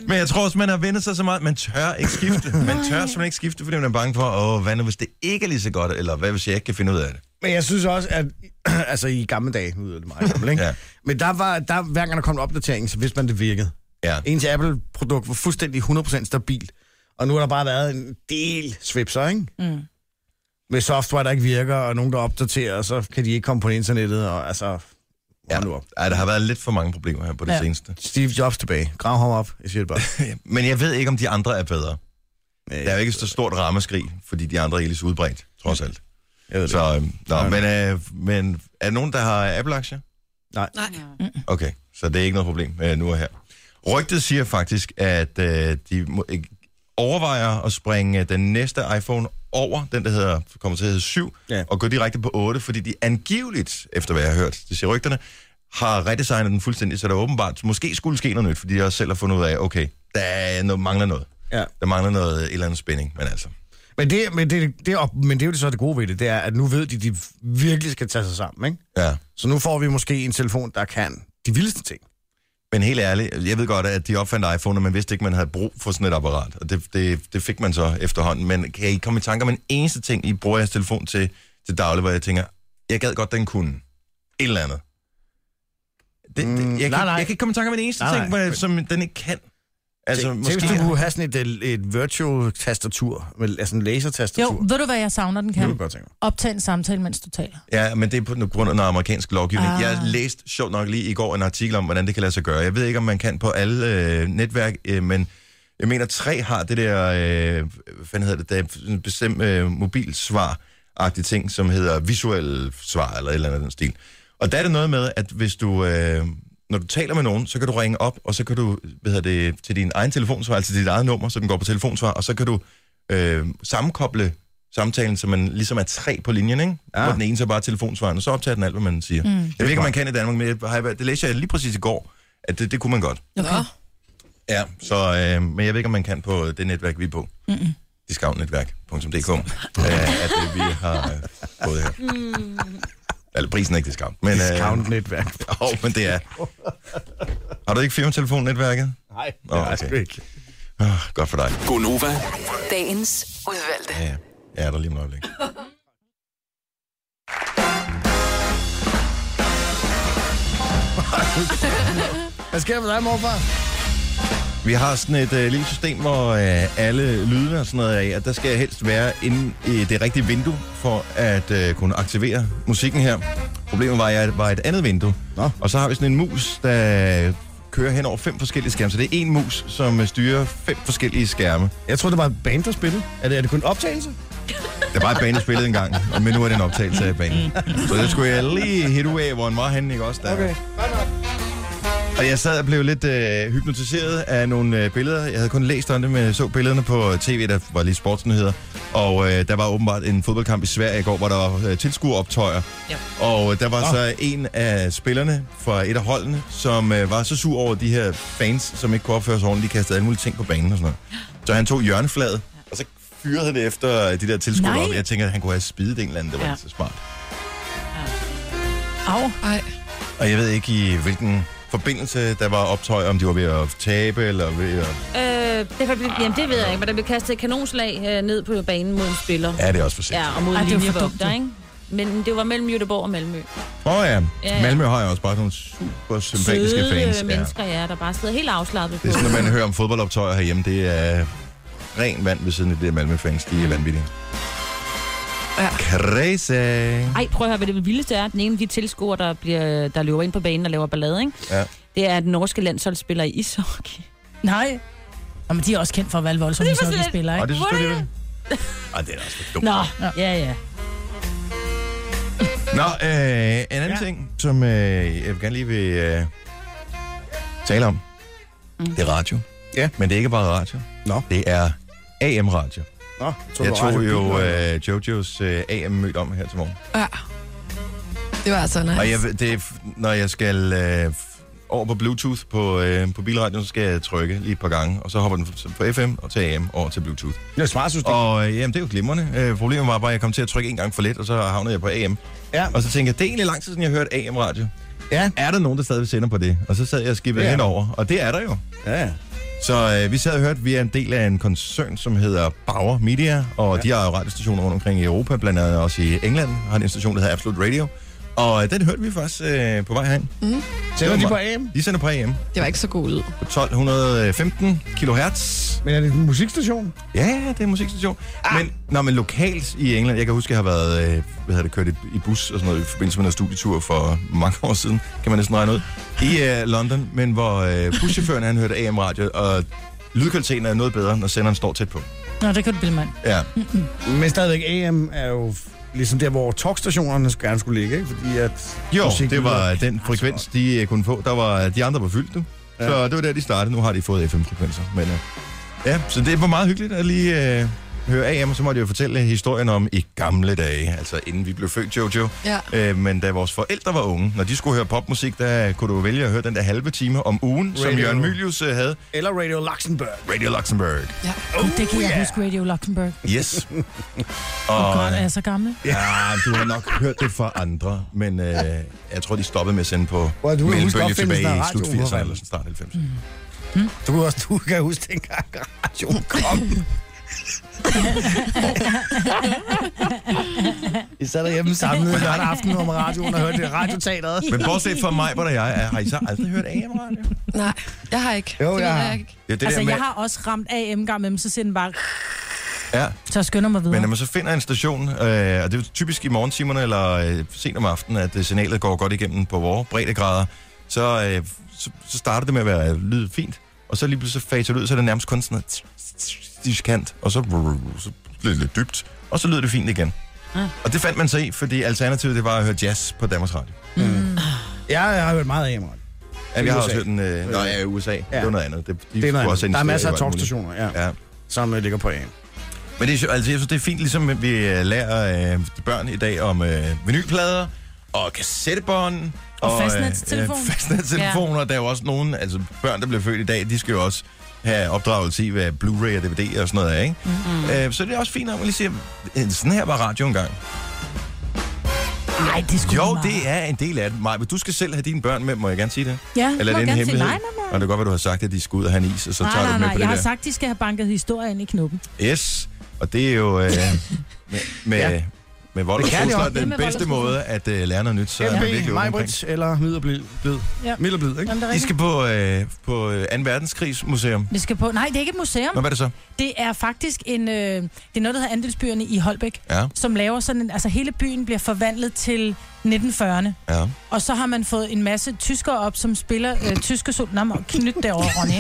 A: Men jeg tror også, man har vendt sig så meget. Man tør ikke skifte. Man tør simpelthen ikke skifte, fordi man er bange for, åh, hvad nu, hvis det ikke er lige så godt, eller hvad hvis jeg ikke kan finde ud af det?
B: Men jeg synes også, at altså i gamle dage, nu er det meget gammel, ikke?
A: Ja.
B: ja. Men der var, der, hver gang der kom en opdatering, så vidste man, det virkede.
A: Ja.
B: Ens Apple-produkt var fuldstændig 100% stabil. Og nu har der bare været en del svipser, ikke? Mm. Med software, der ikke virker, og nogen, der opdaterer, og så kan de ikke komme på internettet, og altså... Ja. Nu op.
A: Ej, der har været lidt for mange problemer her på det ja.
D: Ja.
A: seneste.
B: Steve Jobs tilbage. Grav ham op. Jeg siger det bare.
A: Men jeg ved ikke, om de andre er bedre.
B: Nej,
A: Der er jo ikke så stort rammeskrig, fordi de andre er lige så udbredt, trods alt.
B: jeg ved det
A: Så, øhm, nå,
B: Nej,
A: men, øh, men er der nogen, der har Apple-aktier?
E: Nej.
A: Okay, så det er ikke noget problem øh, nu og her. Rygtet siger faktisk, at øh, de må, øh, overvejer at springe øh, den næste iPhone over, den der hedder, kommer til at hedde 7, ja.
B: Ja.
A: og gå direkte på 8, fordi de angiveligt, efter hvad jeg har hørt, det siger rygterne, har redesignet den fuldstændig, så der åbenbart måske skulle ske noget nyt, fordi de også selv har fundet ud af, okay, der er noget, mangler noget.
B: Ja.
A: Der mangler noget, øh, et eller andet spænding, men altså.
B: Men det, men, det, det, op, men det er jo det så det gode ved det, det er, at nu ved de, de virkelig skal tage sig sammen, ikke?
A: Ja.
B: Så nu får vi måske en telefon, der kan de vildeste ting.
A: Men helt ærligt, jeg ved godt, at de opfandt iPhone, og man vidste ikke, man havde brug for sådan et apparat. Og det, det, det fik man så efterhånden. Men kan I komme i tanke om en eneste ting, I bruger jeres telefon til, til daglig, hvor jeg tænker, jeg gad godt, den kunne. Et eller andet. Det, det, jeg,
B: Mm,
A: kan,
B: nej, nej.
A: jeg kan ikke komme i tanke om en eneste
B: Nej,
A: ting,
B: nej.
A: hvor jeg, som den ikke kan. Altså,
B: Tænk,
A: måske...
B: tænk, hvis du kunne have sådan et, øh, et virtual tastatur, med- altså en
D: Jo,
B: lasertastatur.
D: ved du, hvad jeg savner, den
B: Det kunne
D: kan?
B: jeg godt tænke mig.
D: Optag en samtale, mens du taler.
A: Ja, men det er på grund af den amerikanske lovgivning. Ah.
D: Ah.
A: Jeg læste sjovt nok lige i går en artikel om, hvordan det kan lade sig gøre. Jeg ved ikke, om man kan på alle øh, netværk, øh, men jeg mener, tre har det der, øh, hvad hedder det, der er sådan en bestemt øh, mobilsvar agtig ting, som hedder visuel svar, eller et eller andet af den stil. Og der er det noget med, at hvis du, øh, når du taler med nogen, så kan du ringe op, og så kan du, hvad hedder det, til din egen telefonsvar, altså til dit eget nummer, så den går på telefonsvar, og så kan du øh, sammenkoble samtalen, så man ligesom er tre på linjen, ikke? Ja.
B: Ja.
A: Hvor den ene så bare er telefonsvaren, og så optager den alt, hvad man siger. Mm. Jeg ved ikke, om man kan i Danmark, men jeg har, det læste jeg lige præcis i går, at det, det kunne man godt.
E: Okay. Nå,
A: Ja, så, øh, men jeg ved ikke, om man kan på øh, det netværk, vi er på. Mm-mm. Discountnetværk.dk øh, at det, vi har øh, fået her. Mm. Eller prisen er ikke discount. Men,
B: Discount-netværk.
A: Øh, oh, men det er. Har du ikke firmatelefonnetværket?
B: Nej,
A: Nå,
B: det er sgu
A: okay.
B: ikke.
A: Oh, godt for dig.
F: Gonova.
G: Dagens udvalgte.
A: Ja, jeg er der lige om et øjeblik.
B: Hvad sker der med dig, morfar?
A: Vi har sådan et øh, lille system, hvor øh, alle lydene og sådan noget af, at der skal helst være inde i det rigtige vindue for at øh, kunne aktivere musikken her. Problemet var, at jeg var et andet vindue.
B: Nå.
A: Og så har vi sådan en mus, der kører hen over fem forskellige skærme. Så det er en mus, som øh, styrer fem forskellige skærme.
B: Jeg troede, det var en band, der spillede. Er det, er det kun en optagelse?
A: Der var et bane, der spillede engang, og- men nu er det en optagelse af banen.
B: Mm.
A: Så det skulle jeg lige hit ud af, hvor han var henne, ikke også? Der. Okay. Og jeg sad og blev lidt øh, hypnotiseret af nogle øh, billeder. Jeg havde kun læst om det, men jeg så billederne på tv, der var lige sportsnyheder. Og øh, der var åbenbart en fodboldkamp i Sverige i går, hvor der var øh, tilskueroptøjer.
C: Ja.
A: Og øh, der var oh. så en af spillerne fra et af holdene, som øh, var så sur over de her fans, som ikke kunne opføre sig ordentligt. De kastede alle mulige ting på banen og sådan noget. Så han tog hjørneflaget, og så fyrede han efter øh, de der tilskuere
D: Nej.
A: op. Jeg tænker, at han kunne have spidet en eller anden. Det var ja.
C: Ja.
A: ikke så smart.
D: Au,
E: ej.
A: Og jeg ved ikke, i hvilken forbindelse der var optøj, om de var ved at tabe eller ved at...
C: Øh, det, kan blive, jamen, det ved jeg ikke, men der blev kastet et kanonslag øh, ned på banen mod en spiller.
A: Ja, det er også for sent.
C: Ja, og mod
D: Ej,
C: en
D: det var
C: linje
D: for
C: var
D: dumt,
C: der,
D: jo.
C: ikke? Men det var mellem Jødeborg og Malmø.
A: Åh oh, ja. ja,
C: Ja.
A: Malmø har jo også bare nogle super sympatiske
C: Søde
A: fans.
C: øh,
A: Ja.
C: mennesker, ja, der bare sidder helt afslappet på.
A: Det er sådan, når man hører om fodboldoptøjer herhjemme, det er ren vand ved siden af det der Malmø-fans. De er vanvittige.
E: Ja.
A: Crazy.
C: Ej, prøv at høre, hvad det vildeste er. Den ene af de tilskuere, der, bliver, der løber ind på banen og laver ballade, ikke?
A: Ja.
C: det er den norske landsholdsspiller i ishockey.
D: nej. Nå, men de er også kendt for at valge voldsomme
C: Det er for sådan lidt-
D: ishockeyspillere,
A: Og
D: ikke?
A: det synes du, det er Ej, det er da også for dumt.
C: Nå, ja, ja.
A: Nå, øh, en anden ja. ting, som øh, jeg gerne lige vil øh, tale om. Mm. Det er radio.
F: Ja.
A: Men det er ikke bare radio.
F: Nå.
A: Det er AM-radio.
F: Nå,
A: Jeg
F: du radio-
A: tog jo øh, Jojos øh, AM-mød om her til morgen.
E: Ja. Det var altså nice.
A: Og jeg, ved- det er, f- når jeg skal øh, f- over på Bluetooth på, øh, på bilradioen, så skal jeg trykke lige et par gange, og så hopper den f- på FM og til AM over til Bluetooth.
F: Det er smart, synes du.
A: Og øh, jamen, det er jo glimrende. Øh, problemet var bare, at jeg kom til at trykke en gang for lidt, og så havnede jeg på AM.
F: Ja.
A: Og så tænkte jeg, det er egentlig lang tid siden, jeg har hørt AM-radio.
F: Ja.
A: Er der nogen, der stadig sender på det? Og så sad jeg og skippede
F: Ja.
A: ja. henover, og det er der jo.
F: Ja,
A: Så øh, vi sad og hørte, vi er en del af en koncern, som hedder Bauer Media, og ja. de har jo radiostationer rundt omkring i Europa, blandt andet også i England har de en station, der hedder Absolute Radio. Og øh, den hørte vi faktisk øh, på vej herind.
E: Mm.
A: Det var
F: Sender de på
A: mig.
F: AM?
A: De sender på AM
E: Det var ikke så god lyd.
A: på øh, 1215 kHz.
F: Men er det en musikstation?
A: Ja, ja, det er en musikstation. Ah. Men, nå, men lokalt i England, jeg kan huske, jeg har været, øh, hvad hedder det, kørt i, i bus og sådan noget, i forbindelse med en studietur for mange år siden, kan man næsten regne ud, i øh, London, men hvor øh, buschaufføren, han hørte AM-radio, og lydkvaliteten er noget bedre, når senderen står tæt på.
D: Nå, det kan du bilde mig. ind.
A: Ja,
F: Men stadigvæk AM er jo f- ligesom der, hvor talkstationerne gerne skulle ligge, ikke? Fordi at
A: jo,
F: musik-
A: det var den frekvens, de øh, kunne få. Der var, de andre var fyldt, du.
F: Ja.
A: Ja. Så det var der, de startede. Nu har de fået FM-frekvenser. Men, øh, ja, så det var meget hyggeligt at lige øh, høre AM, og så måtte jeg jo fortælle historien om i gamle dage, altså inden vi blev født, Jojo.
E: Ja.
A: Øh, men da vores forældre var unge, når de skulle høre popmusik, der kunne du vælge at høre den der halve time om ugen, Radio. som
F: Radio.
A: Jørgen Mylius øh, havde.
F: Eller Radio Luxembourg.
A: Radio Luxembourg.
E: ja.
D: det kan jeg huske Radio Luxembourg.
A: Yes.
D: Og
A: Og, øh,
D: godt er jeg så gammel.
A: ja, du har nok hørt det fra andre, men øh, jeg tror, de stoppede med at sende på
F: Hvor du kan huske
A: mailbølge
F: opfindelsen
A: tilbage i
F: af
A: slut
F: radioen, for
A: 80'erne eller sådan
F: fanden.
A: start 90'erne.
F: Du kan også du kan huske dengang radioen kom. I sad derhjemme samlet lørdag aften om radioen og hørte det radioteateret.
A: Men bortset fra mig, hvor der jeg er, har I så aldrig hørt AM-radio?
E: Nej, jeg har ikke.
F: Jo,
E: Det
F: jeg
E: ved
F: har.
E: ikke.
A: Ja, det
D: Altså,
A: der med,
D: jeg har også ramt AM gang med dem, så siger den bare,
A: ja,
D: så jeg skynder mig videre.
A: men når man så finder en station, øh, og det er jo typisk i morgentimerne eller øh, sent om aftenen, at øh, signalet går godt igennem på vores breddegrader, så, øh, så, så starter det med at være øh, lyd fint, og så lige pludselig så faser det ud, så er det nærmest kun sådan noget tsk, tsk, tsk, diskant, og så, så bliver det lidt dybt, og så lyder det fint igen.
C: Ah.
A: Og det fandt man sig i, fordi alternativet det var at høre jazz på Danmarks Radio.
F: Ja, jeg har hørt meget af radio.
A: Ja, vi har
F: USA.
A: også hørt den øh, nå, ja, i USA. Ja. Det var noget andet. Det, de
F: Det er
A: skulle
F: noget
A: også
F: andet. Der er
A: ind-
F: masser af
A: alt muligt.
F: talkstationer, ja,
A: Ja.
F: som øh, ligger på AM.
A: Men det er, sjo- altså, jeg synes, det er fint, ligesom at vi øh, lærer øh, børn i dag om øh, vinylplader og kassettebånd.
D: Og
A: øh,
D: fastnettelefon.
A: Ja, fastnettelefoner. Ja. Der er jo også nogen, altså børn, der bliver født i dag, de skal jo også have opdragelse i, hvad Blu-ray og DVD og sådan noget er, ikke? Mm-hmm. Øh, så det er også fint, at man lige siger, "Øh, sådan her var radio engang.
D: Nej, det skulle
A: Jo, det er en del af det. Maja, men du skal selv have dine børn med, må jeg gerne sige det?
D: Ja,
A: Eller er
D: må
A: det en
D: gerne se-
A: hemmelighed?
D: Nej, nej, nej.
A: Og det kan godt være, du har sagt, at de skal ud og have en is, og så
D: Nej,
A: tager
D: nej,
A: du dem med
D: nej,
A: på det
D: jeg har
A: der.
D: sagt, de skal have banket historier ind i knuppen.
A: Yes, og det er jo øh, med, med, ja.
F: Ja.
A: med vold og
F: Det kan det
A: trusler
F: også.
A: den bedste måde at øh, lære noget nyt, så er man
F: FB,
A: virkelig åben omkring.
F: Majbrit eller Midlerblid. Blid.
D: Ja.
F: Midlerblid, ikke?
D: Jamen, det er
A: I
D: rigtigt.
A: skal på, øh, på øh, 2. verdenskrigsmuseum.
D: Vi skal på... Nej, det er ikke et museum.
A: Nå, hvad er det så?
D: Det er faktisk en... Øh, det er noget, der hedder Andelsbyerne i Holbæk,
A: Ja,
D: som laver sådan en... Altså, hele byen bliver forvandlet til 1940'erne.
A: ja.
D: Og så har man fået en masse tyskere op, som spiller øh, tyske soldater. Nå, knyt derovre, Ronny.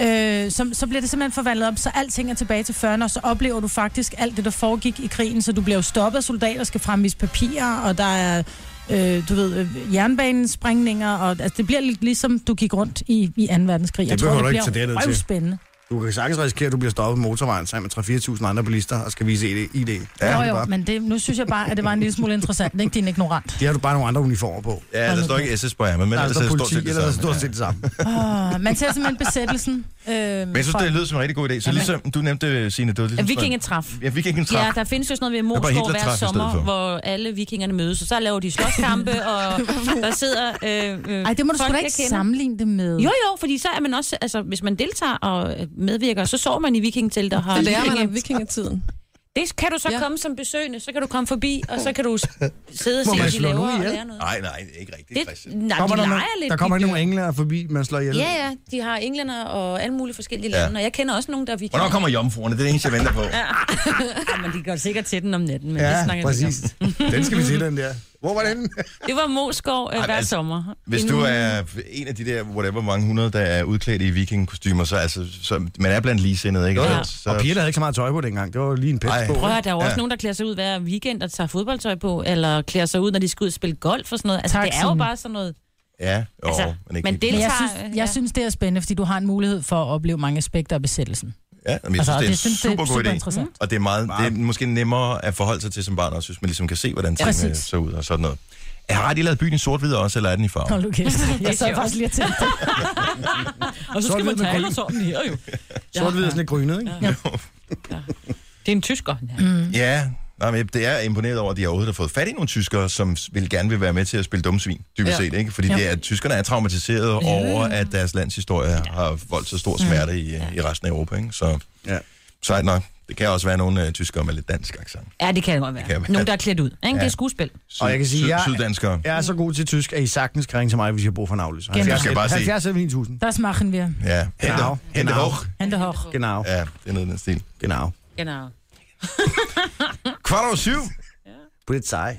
D: ikke? øh, så, så bliver det simpelthen forvandlet op, så alting er tilbage til 40'erne, og så oplever du faktisk alt det, der foregik i krigen. Så du bliver jo stoppet, soldater skal fremvise papirer, og der er, øh, du ved, øh, jernbanesprængninger. Og, altså, det bliver lidt ligesom, du gik rundt i, i 2. verdenskrig.
F: Det behøver du ikke tage det ned til.
D: spændende.
F: Du kan sagtens risikere, at du bliver stoppet på motorvejen sammen med 3-4.000 andre bilister og skal vise E ID. ID.
A: Ja,
D: Ja,
F: det er
D: jo, jo,
F: bare-
D: men det, nu synes jeg bare, at det var en lille smule interessant, ikke? Din ignorant.
F: De har du bare nogle andre uniformer på.
A: Ja, der står ikke SS på ærmet, men
F: Der er
A: ellers er det
F: så
A: stort
F: politi,
A: set det
F: eller der er
A: samme.
F: stort set det samme.
D: Oh, man ser simpelthen besættelsen. Øh,
A: Men jeg synes, det lyder som en rigtig god idé. Så ligesom du nævnte, Signe, det var ligesom...
C: Ja, vikingetræf.
A: Ja, vikingetræf.
C: Ja, der findes jo sådan noget med
A: Der var
C: Moskov
A: Hitler-træf
C: hver
A: i stedet for.
C: sommer, hvor alle vikingerne mødes, og så laver de slåskampe, og der sidder... Øh, øh,
D: Ej, det må du
C: folk,
D: sgu da
C: jeg
D: ikke
C: kender.
D: sammenligne det med.
C: Jo, jo, fordi så er man også, altså hvis man deltager og øh, medvirker, så sover man i vikingtelt og har...
E: Det lærer man
C: vikinge-
E: om vikingetiden.
C: Det kan du så
E: Ja.
C: ja. komme som besøgende, så kan du komme forbi, og så kan du s- sidde og se,
F: man
C: hvad de
F: slå nogen
C: laver og
F: ihjel?
C: lære noget.
A: Nej, nej, det er ikke rigtigt,
C: Det,
A: Christian.
C: nej, de
F: Kommer der,
C: leger
F: nogen,
C: lidt.
F: der kommer
C: de
F: ikke nogen
C: dør.
F: englænder forbi, man slår ihjel.
C: Ja, ja, de har englænder og alle mulige forskellige
A: Ja.
C: lande, og jeg kender også nogen, der er vikinger.
A: Hvornår kommer jomfruerne? Det er det eneste, jeg venter på.
C: Ja, men de går sikkert til den om natten, men ja, det
F: Ja,
C: snakker vi ikke
F: præcis. Den skal vi til, den der. Hvor var den?
C: om. Det var Moskov øh, hver
A: altså,
C: altså, sommer.
A: Hvis
C: En-
A: du er en af de der, whatever, mange hundrede, der er udklædt i vikingkostymer, så, altså, så man er blandt ligesindede, ikke?
C: Jo, jo.
A: Altså, Så,
F: Og piger, der havde ikke så meget tøj på dengang. Det var lige en pest
A: Ej.
F: på.
C: Prøv at høre, der er jo også
A: Ja.
C: ja. nogen, der klæder sig ud hver weekend og tager fodboldtøj på, eller klæder sig ud, når de skal ud og spille golf og sådan noget. Altså,
D: Tak,
C: det er jo
D: Signe.
C: bare sådan noget...
A: Ja, jo,
C: Altså,
A: altså, men ikke
C: man
A: helt.
D: Men jeg
C: deltager-
D: synes, jeg synes, det er spændende, fordi du har en mulighed for at opleve mange aspekter af besættelsen.
A: Ja, men jeg synes,
D: Altså,
A: det er en
D: det synes jeg er
A: super god idé.
D: superinteressant.
A: Og det er, meget, det er måske nemmere at forholde sig til som barn også, hvis man ligesom kan se, hvordan tingene
D: Præcis.
A: ser ud og sådan noget. Har de lavet byen i sort-hvid også, eller er den i farve?
D: Hold du kæft. Jeg sad faktisk lige og tænkte det.
C: Og så skal man tage aldersormen her jo.
F: Sort-hvid er sådan lidt grynet, ikke?
C: Det er en tysker. Ja.
A: Mm. Ja, nej, men det er imponeret over, at de overhovedet har fået fat i nogle tyskere, som s- vil gerne vil være med til at spille dumme svin, dybest
E: Ja.
A: set, ikke? Fordi
D: Ja.
A: det er, at tyskerne er traumatiseret over, at deres lands historie har voldt så stor smerte i, i resten af Europa, ikke? Så
F: Ja.
A: sejt nok. Det kan også være nogle øh, tyskere med lidt dansk accent.
C: ja, det kan det godt være.
A: Det kan være.
C: Nogen, der er klædt ud. Ikke? Det er skuespil.
A: Syd,
F: Og jeg kan sige,
A: syd,
F: jeg-
A: Syddanskere.
F: Jeg er så god til tysk, at I sagtens kan ringe til mig, hvis jeg har brug for en afløser.
D: Genau.
A: Jeg skal bare sige-
F: 70 9000.
D: Das machen wir.
A: Ja, hente,
F: Genau.
A: hente
F: Genau.
A: hoch.
D: Han det hoch.
F: Genau.
A: Ja, det er noget i den stil.
F: Genau.
C: Genau.
A: Kvart over syv.
F: Polizei.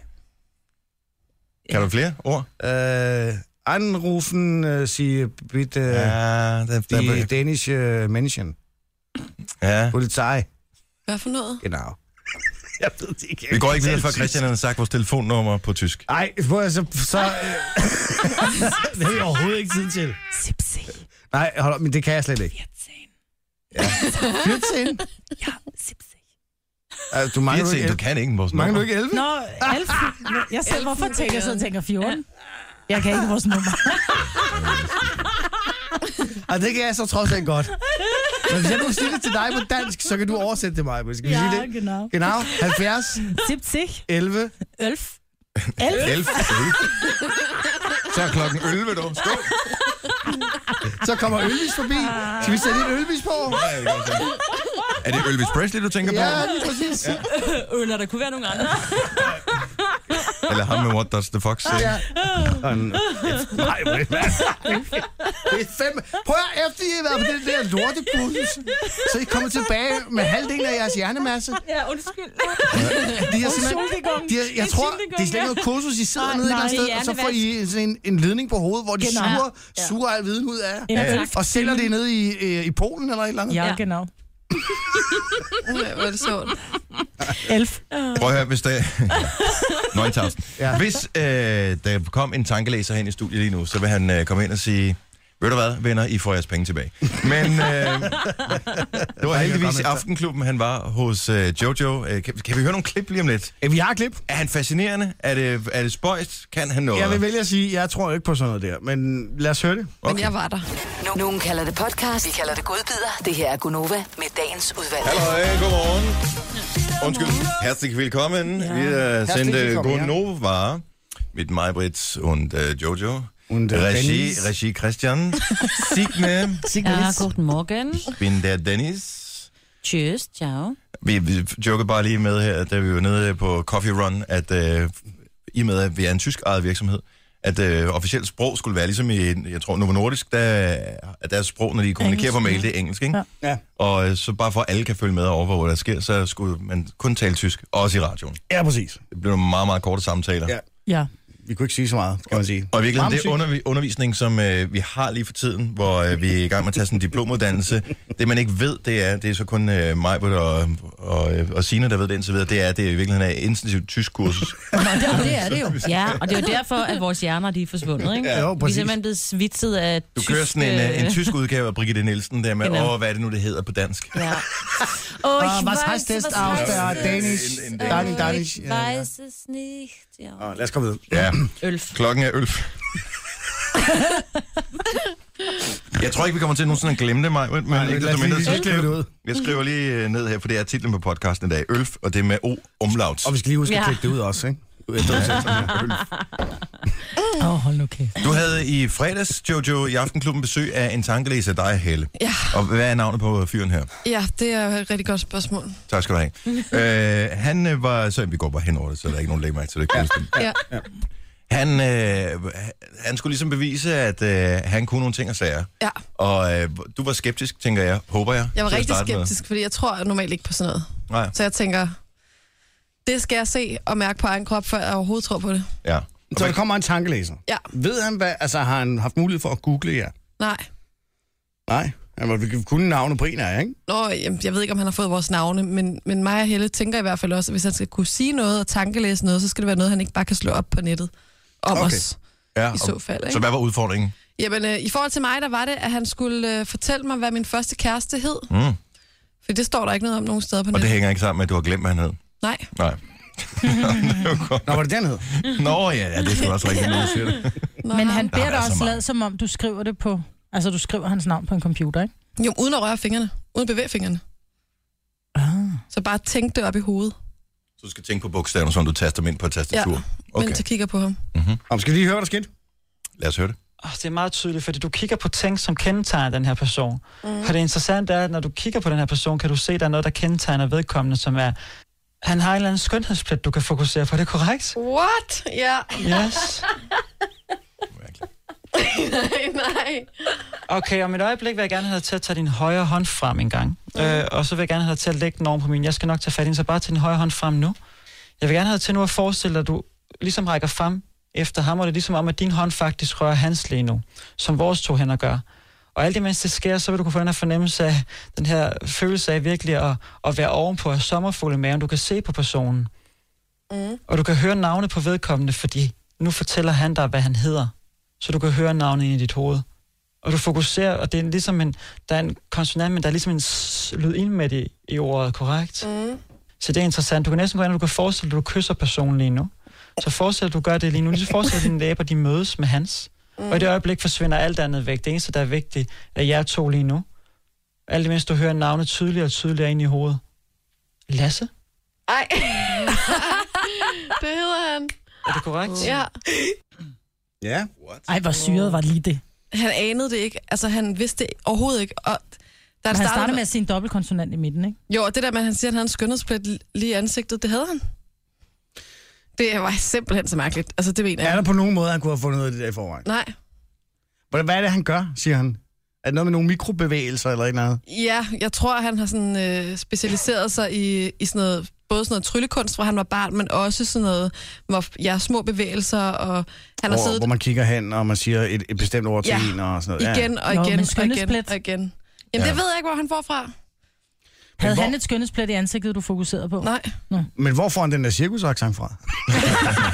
A: Kan du flere ord?
F: Äh, anrufen äh, Sie bitte
A: Ja, der, der,
F: die
A: der,
F: dänische Menschen.
A: ja.
F: Polizei.
E: Hvad for noget?
F: Genau. jeg ved det ikke.
A: Vi går ikke videre, før Christian har sagt vores telefonnummer på tysk.
F: Ej, hvor er så... så øh, det har jeg overhovedet ikke tid til.
E: Sipsi.
F: Nej, hold op, men det kan jeg slet ikke. 14.
E: Ja, sipsi.
F: Altså, du
A: Jeg
F: mangler, du ikke,
A: tænker, du
F: 11.
A: kan ikke vores
F: mangler du
A: nummer.
F: ikke 11?
D: Nå, Alf. Jeg selv, hvorfor tænker jeg sidder og tænker 14? Jeg kan ikke vores nummer.
F: Og det kan jeg så trods alt godt. Men hvis jeg nu siger det til dig på dansk, så kan du oversætte det mig. Skal vi sige det?
D: genau.
F: Genau. 70,
D: 70,
F: 11.
D: 11.
A: 11. Så er klokken 11, dog. Skål.
F: Så kommer Ølvis forbi. Skal vi sætte lidt Ølvis på?
A: Er det Elvis Presley, du tænker
F: Ja,
A: på?
F: lige præcis. Ja.
C: Eller der kunne være nogle andre.
A: Eller ham med What Does the Fox Say?
F: Ja. Nej, men hvad? Det er fem. Prøv at høre, efter I har været på den der lortepuls, så I kommer tilbage med halvdelen af jeres hjernemasse.
C: Ja, undskyld.
F: De har simpelthen... De har, jeg tror, det er slet ikke noget kursus, I sidder nede et eller andet
C: det er
F: sted, og så får I sådan en, en ledning på hovedet, hvor de
D: Genau.
F: suger, suger al viden ud af jer.
D: En øl.
F: Og sælger det nede i, øh, i Polen eller et eller andet.
D: Ja, genau.
E: Ja, hvor er det sjovt.
D: 11.
A: Prøv at høre, hvis der... 9000.
F: Ja.
A: Hvis øh, der kom en tankelæser hen i studiet lige nu, så vil han øh, komme ind og sige... Ved du hvad, venner, I får jeres penge tilbage. Men øh, det var heldigvis i Aftenklubben, han var hos øh, Jojo. Øh, kan, kan vi høre nogle klip lige om lidt?
F: Ja, vi har et klip.
A: Er han fascinerende? Er det, er det spøjst? Kan han noget?
F: Jeg vil vælge at sige, at jeg tror ikke på sådan noget der, men lad os høre det.
E: Men jeg var der.
G: Nu- Nogen kalder det podcast, vi kalder det godbider. Det her er Gunova med dagens udvalgte.
A: Halløj, godmorgen. Undskyld, herzlich willkommen. Ja. Wir sind
F: Herzlich
A: äh,
F: willkommen,
A: Gunova mit Maybrit und äh, Jojo.
F: Und, äh,
A: Regie,
F: Dennis.
A: Regie Christian. Signe,
C: Ja, guten Morgen.
A: bin der Dennis.
C: Tschüss, ciao.
A: Vi, vi joker bare lige med her, da vi var nede på Coffee Run, at øh, i og med, at vi er en tysk ejet virksomhed, at øh, officielt sprog skulle være ligesom i, jeg tror, Novo Nordisk, der, at deres sprog, når de kommunikerer på mail, det er engelsk, ikke? Ja.
F: Ja.
A: Og øh, så bare for at alle kan følge med og overvåge, hvad der sker, så skulle man kun tale tysk, også i radioen.
F: Ja, præcis.
A: Det blev nogle meget, meget korte samtaler.
F: Ja.
D: Ja.
F: Vi kunne ikke sige så meget, kan man sige.
A: Og i virkeligheden, det
F: Ramsyg.
A: undervi- undervisning, som øh, vi har lige for tiden, hvor øh, vi er i gang med at tage sådan en diplomuddannelse, det man ikke ved, det er, det er så kun øh, mig og, og, øh, og Sina, der ved det indtil videre, det er, at det i virkeligheden er et intensivt tysk kursus.
C: Nå, det, og det er det jo. Ja, og det er jo derfor, at vores hjerner de er forsvundet. Ikke?
F: Jo,
C: Vi er
F: præcis.
C: simpelthen blevet svitset af
A: Du kører sådan en, øh, en tysk udgave af Brigitte Nielsen, der med,
C: Genau.
A: åh, hvad er det nu, det hedder på dansk?
C: Ja. Oh,
F: Ah, was heißt das auf der Danish?
A: En- en-
F: Danish, Danish. øh.
C: Jeg
F: Ja,
C: weiß
F: ja.
C: es nicht. Ja.
F: Nå, Lad os komme videre.
A: Ja,
C: Ølf.
A: klokken er 11. Jeg tror ikke, vi kommer til nogensinde at glemme det, Maj, men
F: lad
A: ikke
F: os
A: desto
F: lige-
A: mindre, så
F: lige klippe
A: skriver-
F: det ud.
A: Jeg skriver lige øh, ned her, for det er titlen på podcasten i dag. Ølf, og det er med O umlaut.
F: Og vi skal lige huske at
C: Ja.
F: klikke det ud også, ikke? Efter at have sagt sådan her.
D: Åh, oh, hold nu kæft.
A: Du havde i fredags, Jojo, i Aftenklubben besøg af en tankelæser, dig, Helle.
E: Ja.
A: Og hvad er navnet på fyren her?
E: Ja, det er jo et rigtig godt spørgsmål.
A: Tak skal du have. øh, han øh, var... Så vi går bare hen over det, så der er ikke nogen, der lægger mærke til det. Kan huske det.
E: Ja.
A: han, øh, han skulle ligesom bevise, at øh, han kunne nogle ting og sager.
E: ja.
A: Og øh, du var skeptisk, tænker jeg. Håber jeg.
E: Jeg var
A: til at
E: rigtig
A: starte med.
E: skeptisk, fordi jeg tror normalt ikke på sådan noget.
A: Nej,
E: Så jeg tænker, det skal jeg se og mærke på egen krop, før jeg overhovedet tror på det.
A: ja.
F: Så der kommer en tankelæser.
E: Ja,
F: Ved han, hvad, altså har han haft mulighed for at google jer?
E: nej.
F: Nej, han var kun navne på en af jer, ikke?
E: Nå, jamen, jeg ved ikke, om han har fået vores navne, men, men mig og Helle tænker i hvert fald også, at hvis han skal kunne sige noget og tankelæse noget, så skal det være noget, han ikke bare kan slå op på nettet om
F: Okay.
E: okay. os.
A: Ja,
E: i
A: og-
E: så fald. Ikke?
A: Så hvad var udfordringen?
E: Jamen, øh, i forhold til mig, der var det, at han skulle øh, fortælle mig, hvad min første kæreste hed.
A: Mm.
E: For det står der ikke noget om nogen steder på
A: Og det
E: nettet.
A: hænger ikke sammen med, at du har glemt, hvad han hed.
E: Nej.
A: Nej.
B: Nå, var det den hed?
A: Nå ja, ja det skal også rigtigt, når du siger det.
E: Nå,
D: Men
E: nej.
D: han
A: Der
D: beder
A: er
D: dig
A: så
D: også
A: meget.
D: lad, som om du skriver det på... Altså, du skriver hans navn på en computer, ikke?
E: Jo, uden at røre fingrene. Uden at bevæge fingrene.
D: Ah.
E: Så bare tænk det op i hovedet,
A: Så du skal tænke på bogstaverne, som du taster dem ind på et tastatur. Ja.
E: okay.
A: Okay,
E: mens jeg kigger på ham.
B: Om skal vi lige høre, hvad der skete?
A: lad os høre det.
H: Oh, det er meget tydeligt, fordi du kigger på ting, som kendetegner den her person. Mm. Og det interessante er, at når du kigger på den her person, kan du se, at der er noget, der kendetegner vedkommende, som er... Han har en eller anden skønhedsplet, du kan fokusere på. Er det korrekt?
E: What? Ja.
H: Yes.
E: Nej, nej.
H: Okay, om et øjeblik vil jeg gerne have dig til at tage din højre hånd frem en gang. Mm. Øh, og så vil jeg gerne have dig til at lægge den oven på min. Jeg skal nok tage fat i den, så bare tag din højre hånd frem nu. Jeg vil gerne have dig til nu at forestille dig, at du ligesom rækker frem efter ham, og det er ligesom om, at din hånd faktisk rører hans lige nu, som vores to hænder gør. Og alt imens det sker, så vil du kunne få den her fornemmelse af, den her følelse af virkelig at, at være ovenpå af sommerfugle maven. Du kan se på personen, mm. og du kan høre navnet på vedkommende, fordi nu fortæller han dig, hvad han hedder. Så du kan høre navnet ind i dit hoved og du fokuserer, og det er ligesom en, der er en konsonant, men der er ligesom en s- lyd ind med i, i ordet, korrekt? Mm. Så det er interessant. Du kan næsten gå ind, og du kan forestille dig, at du kysser personen lige nu. Så forestil dig, at du gør det lige nu. Lige så forestil dig, at dine læber, de mødes med hans. Mm. Og i det øjeblik forsvinder alt andet væk. Det eneste, der er vigtigt, er jer to lige nu. Alt imens du hører navnet tydeligere og tydeligere ind i hovedet. Lasse?
E: Ej. det hedder han.
H: Er det korrekt?
E: Ja.
B: Ja.
D: Ej, hvor syret var lige det.
E: Han anede det ikke. Altså, han vidste det overhovedet ikke. Og da
D: Han starter med at sige en dobbeltkonsonant i midten, ikke?
E: Jo, og det der med, at han siger, at han havde en skønhedsplet li- lige i ansigtet, det havde han. Det var simpelthen så mærkeligt. Altså, det mener jeg.
B: Er der på nogen måde, han kunne have fundet ud af det der i forvejen?
E: Nej.
B: Hvad hvad er det, han gør, siger han? Er det noget med nogle mikrobevægelser eller et eller andet?
E: Ja, jeg tror, at han har sådan, øh, specialiseret sig i, i sådan noget, både sådan noget tryllekunst, hvor han var barn, men også sådan noget, hvor ja, små bevægelser, og han har
B: Hvor,
E: siddet
B: hvor man kigger hen, og man siger et, et bestemt ord til
E: Ja.
B: en og sådan noget.
E: igen og
D: Nå, men
E: igen og igen
D: skønhedsplet.
E: og igen. Jamen,
A: Ja.
E: det ved jeg ikke, hvor han får fra.
D: Havde
B: hvor-
D: han et skønhedsplet i ansigtet, du fokuserede på?
E: Nej.
B: Men hvor får han den der cirkusaksang fra?
A: Det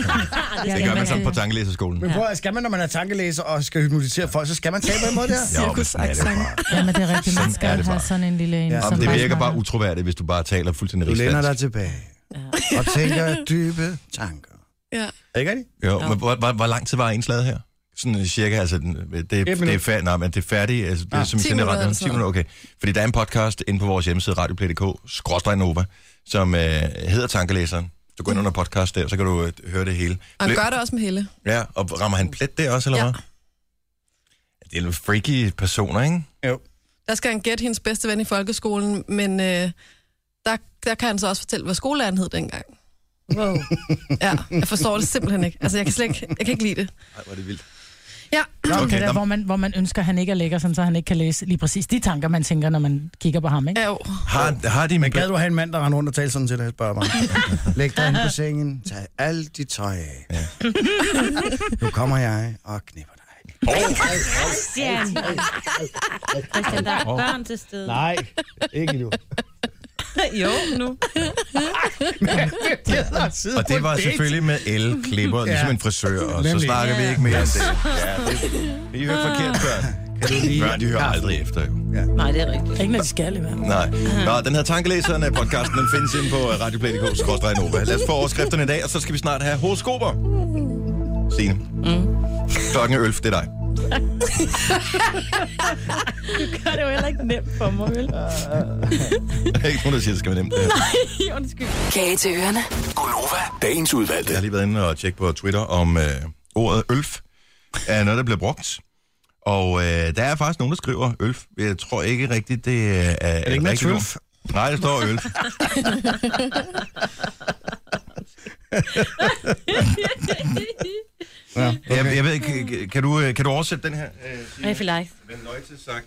A: gør
D: altså,
A: man sådan på tankelæserskolen.
B: Men prøv, at- skal man, når man er tankelæser og skal hypnotisere folk, så skal man tale på en måde der?
A: Ja, men sådan er det
E: Cirkusaksang.
A: bare.
D: Ja, men det er rigtigt, man
A: Sådan
D: skal
A: er det
D: have
A: bare.
D: sådan en lille en.
B: Ja.
D: Ja.
A: Ja, men det virker bare utroværdigt, hvis du bare taler fuldstændig
B: Du læner
A: rigsdansk.
B: dig tilbage og tænker dybe tanker.
E: Ja.
B: Er det ikke rigtigt?
A: Jo, men hvor, hvor, hvor lang tid var ens lad her? Sådan øh, cirka, altså, den, øh, det, det, er
B: minut.
A: færdigt, nej, men det er færdigt, altså, det er
B: Ah,
A: som
E: 10
A: sender
E: minutter
A: radioen,
E: eller sådan
A: 10 minutter, okay. Fordi der er en podcast inde på vores hjemmeside, radioplay.dk, skråstrej Nova, som øh, hedder Tankelæseren. Du går ind under podcast der, så kan du øh, høre det hele.
E: Og han
A: Ble-
E: gør det også med Helle.
A: Ja, og rammer han plet der også, eller
E: Ja.
A: hvad? Det er nogle freaky personer, ikke?
E: Der skal han gætte hendes bedste ven i folkeskolen, men øh, der, der kan han så også fortælle, hvad skolelæreren hed dengang.
D: Wow.
E: Ja, jeg forstår det simpelthen ikke. Altså, jeg kan slet ikke, jeg kan ikke lide det.
A: Nej, hvor er det vildt.
E: Ja,
A: Okay,
D: Okay, der,
A: nå,
D: hvor, man, hvor man ønsker, at han ikke er lækker, sådan, så han ikke kan læse lige præcis de tanker, man tænker, når man kigger på ham. Ikke?
E: ja, jo.
A: har, har de
B: Men
A: en
B: gad du have en mand, der render rundt og taler sådan til dig, spørger jeg bare. Læg dig ind på sengen, tag alt dit tøj af. Ja. nu kommer jeg og knipper dig.
C: Christian. Christian, der er børn til stede.
B: Nej, ikke nu.
C: Jo, nu.
A: Og det var selvfølgelig med el-klipper, ligesom en frisør, og så
B: Nemlig.
A: snakker vi ikke mere om det. Ja, det I hører forkert børn. Kan du lide? Børn, de hører aldrig efter, jo.
C: Nej, det er rigtigt.
D: Ikke når de skal, i hvert fald.
A: Nej. Nå, den her tankelæseren af podcasten, den findes inde på øh, radioplay.dk, skrådstræk Nova. Lad os få overskrifterne i dag, og så skal vi snart have horoskoper. Signe. Mm. Klokken er 11, det er dig.
C: Det er jo heller ikke nemt for mig, vel?
A: Der er ikke nogen, der siger, det skal være nemt. Det her.
C: Undskyld.
G: Kage til ørerne.
I: Gonova, dagens udvalgte.
A: Jeg har lige været inde og tjekke på Twitter, om øh, ordet ølf er noget, der bliver brugt. Og øh, der er faktisk nogen, der skriver ølf. Jeg tror ikke rigtigt, det er, er det
B: ikke noget
A: rigtigt
B: twølf?
A: ord. Nej, det står ølf.
B: Ja.
A: Jeg, jeg ved ikke, kan- kan du, øh, kan du oversætte den her? Øh,
C: Hvad vielleicht?
A: Men nøjte sagt.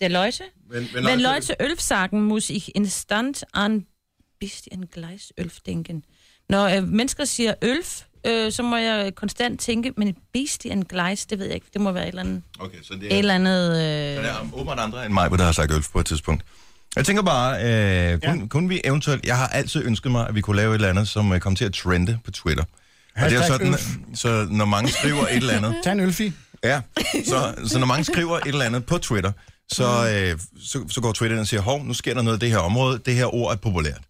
C: Der Leute?
A: Men,
C: Wenn Leute Ölf sagen, muss ich instant an bisschen gleis Ölf denken. Når øh, mennesker siger Ölf, øh, så må jeg konstant tænke, men bisschen gleis, det ved jeg ikke. Det må være et eller andet...
A: Okay, så det
C: Et
A: er,
C: eller andet...
A: der
C: Øh,
A: er åbenbart andre end mig, hvor der har sagt ølf på et tidspunkt. Jeg tænker bare, øh, kunne, ja. kunne vi eventuelt... Jeg har altid ønsket mig, at vi kunne lave et eller andet, som øh, kom til at trende på Twitter. Og det er jo
B: Hashtag
A: sådan, så når mange skriver et eller andet,
B: Tag en ølfi.
A: ja, så, så når mange skriver et eller andet på Twitter, så, øh, så, så går Twitter ind og siger, hov, nu sker der noget i det her område, det her ord er populært.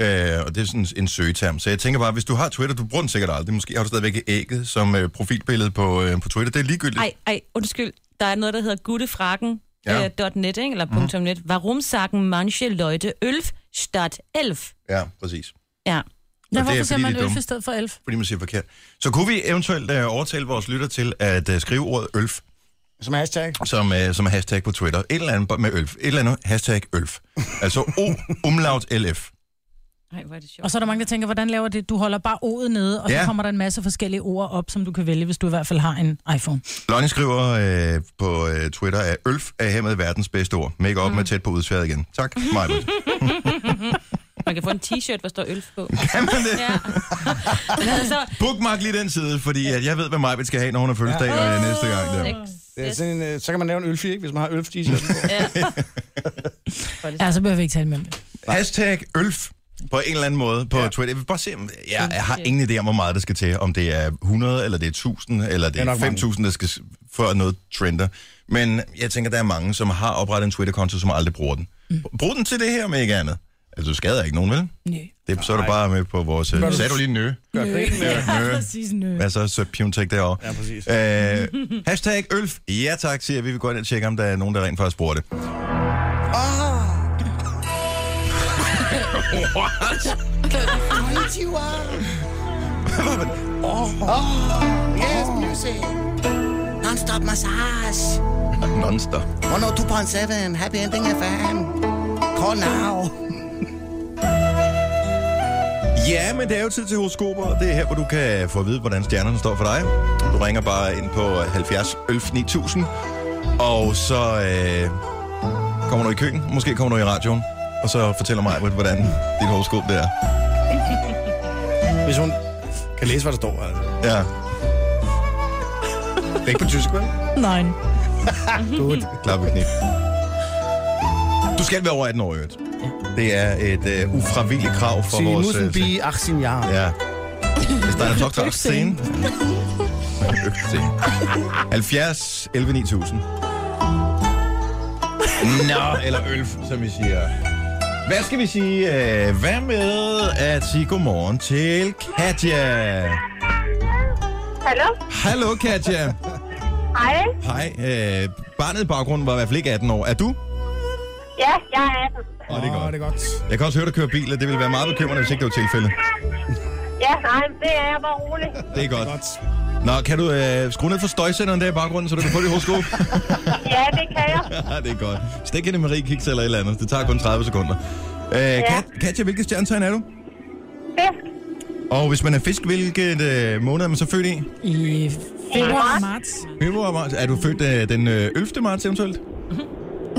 A: Øh, og det er sådan en søgeterm. Så jeg tænker bare, hvis du har Twitter, du bruger den sikkert aldrig, måske har du stadigvæk ægget som øh, profilbillede på, øh, på Twitter, det er ligegyldigt.
C: Ej, ej, undskyld. Der er noget, der hedder guttefrakken.
A: Ja.
C: Ja. Uh, .net, ikke? eller mm. .net. Warum sagen manche Leute Ølf statt Elf?
A: Ja, præcis.
C: Ja.
D: Ja,
A: Og det er,
D: hvorfor siger
A: fordi
D: man
A: de er
D: ølf
A: dumme.
D: i stedet for elf?
A: Fordi man siger forkert. Så kunne vi eventuelt øh, overtale vores lytter til at øh, skrive ordet ølf
B: Som hashtag.
A: som, øh, som er hashtag på Twitter. Et eller andet med ølf. Et eller andet hashtag ølf. Altså O, umlaut LF.
C: Ej, hvor er det sjovt.
D: Og så er der mange, der tænker, hvordan laver det? Du holder bare O'et nede, og ja.
A: Ja.
D: så kommer der en masse forskellige ord op, som du kan vælge, hvis du i hvert fald har en iPhone.
A: Lonnie skriver øh, på øh, Twitter, at ølf er hermed verdens bedste ord. Make op mm. med tæt på udsværet igen. Tak, Majbert.
C: Man kan få en t-shirt, hvor står Ølf på.
A: Kan man det?
C: Ja. altså,
A: Bookmark lige den side, fordi at jeg ved, hvad Majbert skal have, når hun har fødselsdag ja. øh, næste gang. Der.
B: Det er sådan en, øh, så kan man lave en ølfi, ikke? Hvis man har ølfi. t-shirt.
D: Ja, så behøver vi ikke tale mere om det.
A: Hashtag ølf på en eller anden måde på ja. Twitter. Jeg vil bare se, om jeg, jeg har ingen idé om, hvor meget der skal til. Om det er 100, eller det er 1000, eller det
B: er
A: er
B: nok
A: 5000, der skal s- for at noget trender. Men jeg tænker, der er mange, som har oprettet en Twitter-konto, som aldrig bruger den. Mm. Brug den til det her, med ikke andet. Altså, du skader ikke nogen, vel?
D: Nø.
A: Det, så er du bare med på vores... øh, Sagde du lige nø?
D: Ja, præcis nø.
A: Hvad så, så pivntæk derovre?
B: Ja, præcis.
A: Øh, hashtag ølf. Ja tak, siger vi. Vi går ind og tjekker, om der er nogen, der rent faktisk bruger det. Oh. What?
F: Yes, music. Non-stop massage.
A: Non-stop.
F: 102.7. Happy ending FM. Call now.
A: Ja, men det er jo tid til horoskoper, og det er her, hvor du kan få at vide, hvordan stjernerne står for dig. Du ringer bare ind på øh, 70 11 9000, og så øh, kommer du i køen, måske kommer du i radioen, og så fortæller mig, hvordan dit horoskop det er.
B: Hvis hun kan læse, hvad der står. Altså.
A: Ja,
B: Det er ikke på tysk, vel?
D: Nej.
A: klap et knip. Du skal være over 18 år, i øvrigt. Det er et øh, ufravilligt krav for
B: Sie
A: vores...
B: müssen
A: øh,
B: be 18 Jahre.
A: Ja. Hvis der er nok til scene. 70 11 9000. Nå, eller ølf, som vi siger. Hvad skal vi sige? øh, Hvad med at sige godmorgen til Katja?
J: Hallo?
A: Hallo, Katja.
J: Hej.
A: Hej. Øh, barnet i baggrunden var i hvert fald ikke 18 år. Er du?
J: Ja, jeg er Atten.
A: Åh, oh, det er
B: Åh,
A: godt.
B: det er godt.
A: Jeg kan også høre, du kører bil, og det ville være meget bekymrende, hvis ikke det var tilfældet.
J: Ja, nej, men det er jeg bare rolig.
A: Det er godt. Nå, kan du øh, skrue ned for støjsenderen der i baggrunden, så du kan få det horoskop?
J: Ja, det kan jeg.
A: Ja, det er godt. Stik hende Marie Kiks eller et eller andet. Det tager kun 30 sekunder. Øh, Kat, Katja, hvilket stjernetegn er du?
J: Fisk.
A: Og hvis man er fisk, hvilket øh, måned er man så født i?
D: I februar og marts.
A: Februar marts. Er du født øh, den øh, 11. marts eventuelt?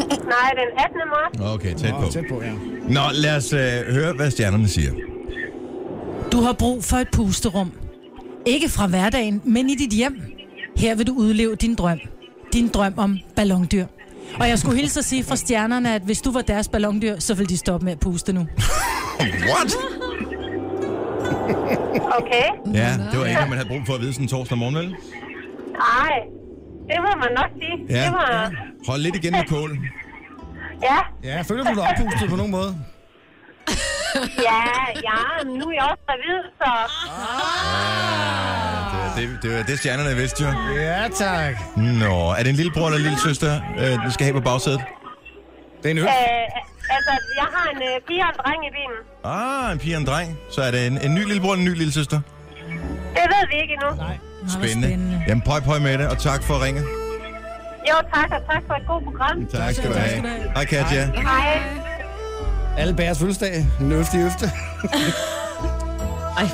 J: Nej, den 18. marts.
A: Okay, tæt
B: Åh,
A: på.
B: tæt på, ja.
A: Nå, lad os øh, høre, hvad stjernerne siger.
D: Du har brug for et pusterum. Ikke fra hverdagen, men i dit hjem. Her vil du udleve din drøm. Din drøm om ballondyr. Og jeg skulle hilse at sige fra stjernerne, at hvis du var deres ballondyr, så ville de stoppe med at puste nu.
A: What?
J: Okay.
A: Ja, det var ikke, hvad man havde brug for at vide sådan en torsdag morgen, vel?
J: Nej, det må man nok sige.
A: Ja.
J: Det var...
A: Hold lidt igen med kålen.
J: Ja,
B: Ja, føler du dig oppustet på nogen måde?
J: ja, ja, men nu er jeg også gravid, så...
A: Det, det, det, var det stjernerne vidste jo.
B: Ja, tak.
A: Nå, er det en lillebror eller en lille søster, øh, du skal have på bagsædet?
B: Det er en øl.
J: Øh, altså, jeg har en øh, pige og en dreng i bilen.
A: Ah, en pige og en dreng. Så er det en, en ny lillebror og en ny lille søster.
J: Det ved vi ikke endnu.
D: Nå, hvor
A: Spændende. spændende. Jamen, pøj, pøj med det, og tak for at ringe.
J: Jo, tak, og tak for et godt program.
A: Tak skal du have. Hej, Katja.
J: Hej.
B: Alle bæres fødselsdag. En øfte i øfte.
C: ej.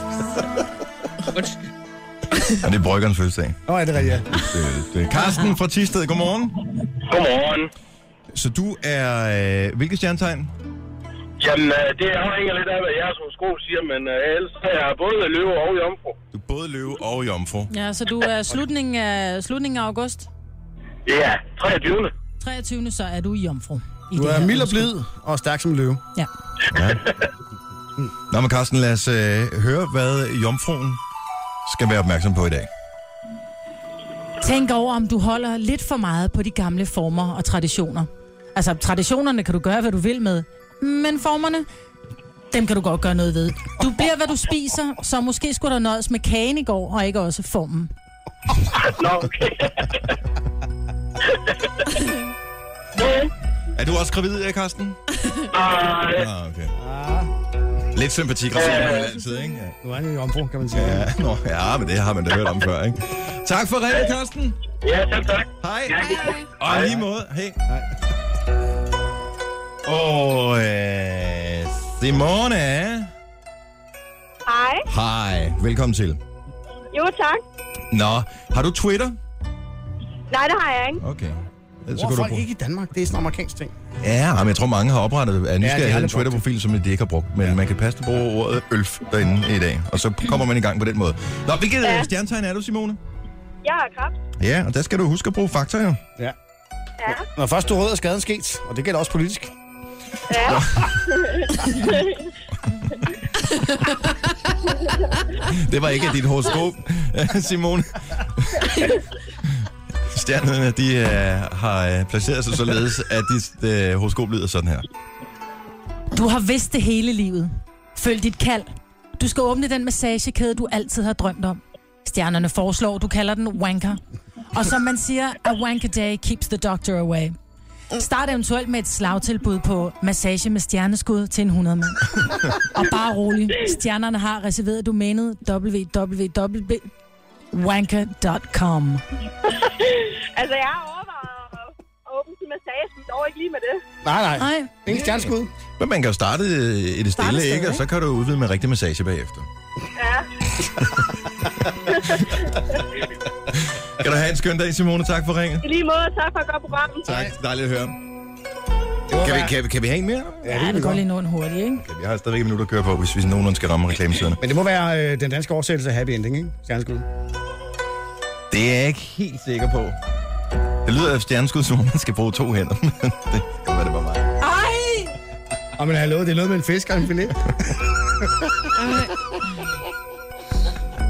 C: Undskyld.
A: Og det er bryggerens fødselsdag.
B: Nå, er det rigtigt, ja.
A: Det, det. Karsten fra Tisted, godmorgen.
K: Godmorgen.
A: Så du er... Øh, hvilket stjernetegn?
K: Jamen, øh, det afhænger lidt af, hvad jeres horoskop siger, men øh, ellers er jeg både løve og jomfru.
A: Du er både løve og jomfru.
D: Ja, så du er slutningen af, slutningen af august.
K: Ja, 23.
D: 23. så er du i jomfru. I
B: Du
D: det
B: er
D: her
B: mild og
D: ønske.
B: blid og stærk som en løve.
D: Ja.
A: Ja. Nå, men Karsten, lad os øh, høre, hvad jomfruen skal være opmærksom på i dag.
D: Tænk over, om du holder lidt for meget på de gamle former og traditioner. Altså, traditionerne kan du gøre, hvad du vil med, men formerne, dem kan du godt gøre noget ved. Du bliver, hvad du spiser, så måske skulle der nøjes med kagen i går, og ikke også formen.
J: Nå, okay.
A: Er du også gravid, eh, Karsten?
J: Nej.
A: Ah, okay. Lidt sympati, Christine, har man altid, ikke? Ja.
B: Nu er det jo ombrug, kan man sige.
A: Ja, nå, ja, men det har man da hørt om før, ikke? Tak for ringet, Karsten.
K: Ja, selv tak.
A: Hej. Og i lige måde. Hej. Og øh, Simone.
J: Hej.
A: Hej. Velkommen til.
J: Jo, tak.
A: Nå, har du Twitter?
J: Nej, det har jeg ikke.
A: Okay. Ellers så kan
B: Hvorfor
A: du bruge-
B: ikke i Danmark? Det er sådan en amerikansk ting.
A: Ja, men jeg tror, mange har oprettet af
B: det
A: nysgerrighed ja,
B: har
A: en
B: det brugt.
A: Twitter-profil, som de ikke har brugt. Men ja. man kan passe bruge ordet ølf derinde i dag, og så kommer man i gang på den måde. Nå, hvilket ja.
J: Ja.
A: stjernetegn er du, Simone?
J: Jeg har kræft.
A: Ja, og der skal du huske at bruge fakta, jo.
B: Ja.
J: Ja.
B: Når først du rød er skaden sket, og det gælder også politisk.
J: Ja.
A: Det var ikke dit horoskop, Simone. Stjernerne, de øh, har øh, placeret sig således, at dit øh, horoskop lyder sådan her.
D: Du har vidst det hele livet. Følg dit kald. Du skal åbne den massagekæde, du altid har drømt om. Stjernerne foreslår, du kalder den wanker. Og som man siger, a wanker day keeps the doctor away. Start eventuelt med et slagtilbud på massage med stjerneskud til en 100 mand. Og bare rolig, stjernerne har reserveret domænet www.wanker.com.
J: altså, jeg har overvejet at åbne til massage, men dog ikke lige med det.
B: Nej, nej.
D: Nej.
B: Ingen stjerneskud.
A: Men man kan jo starte øh, i det stille,
D: sted,
A: ikke? Og så kan du udvide med rigtig massage bagefter.
J: Ja.
A: Kan du have en skøn dag, Simone? Tak for ringet.
J: I lige måde, tak for et godt program.
A: Tak. Dejligt at høre. Kan vi, kan, vi- kan vi have en mere?
D: Ja, det går lige nå en hurtigt, ikke?
A: Okay, vi har stadigvæk et minut at køre på, hvis vi nogenlunde skal ramme reklamesiderne.
B: Men det må være øh, den danske oversættelse af Happy Ending, ikke? Stjerneskud.
A: Det er jeg ikke helt sikker på. Det lyder af stjerneskud, som om man skal bruge to hænder. men det kan være, det var mig.
D: Ej!
B: Og men hallo, det er noget med en fisk og en filet.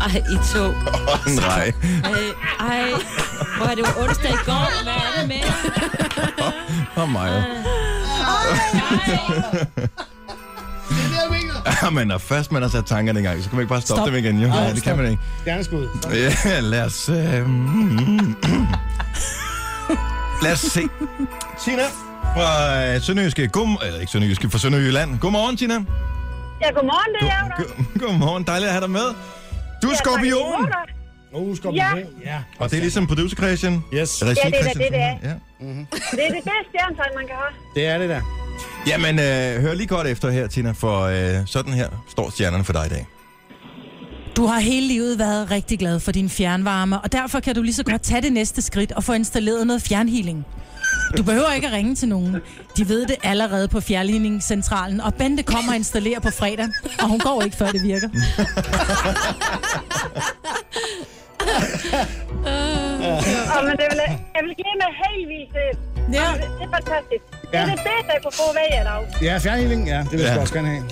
C: Ej, I to.
A: Åh, nej.
C: Ej, ej. Hvor er det jo onsdag i går? Hvad er det med?
A: Og mig. Ja, Ah, men når først man har sat tankerne i gang, så kan man ikke bare stoppe
D: Stop.
A: dem igen. Jo,
D: Nej,
A: nej, det
D: stop.
A: kan man ikke.
B: Stjerneskud.
A: Ja, lad os... Øh, mm, lad os se. Tina fra øh, Sønderjyske. Godm- eller ikke Sønderjyske, fra Sønderjylland. Godmorgen, Tina.
J: Ja, godmorgen, det er jeg jo da.
A: God- Godmorgen, dejligt at have dig med. Du
J: Ja, tak, i
A: er
J: lige
A: skorpion,
J: måde, da.
B: Uh, skorpion.
J: Ja.
B: ja.
A: og det er ligesom producer Christian.
B: Yes.
A: Regi
J: Ja, det er da det, det er.
A: Ja.
J: Det er det bedste stjernetegn, man kan have.
B: Det er det der.
A: Jamen, øh, hør lige godt efter her, Tina, for øh, sådan her står stjernerne for dig i dag.
D: Du har hele livet været rigtig glad for din fjernvarme, og derfor kan du lige så godt tage det næste skridt og få installeret noget fjernhealing. Du behøver ikke at ringe til nogen. De ved det allerede på fjernligningscentralen, og Bente kommer og installerer på fredag, og hun går ikke, før det virker.
J: Og, men det vil, jeg vil give mig heldigvis det.
D: Ja.
J: Det er fantastisk. Det
B: Ja.
J: er det bedste, jeg kunne få hver i dag.
B: Ja, fjernhealing, ja. Det vil jeg
A: Ja.
B: ja. også gerne have.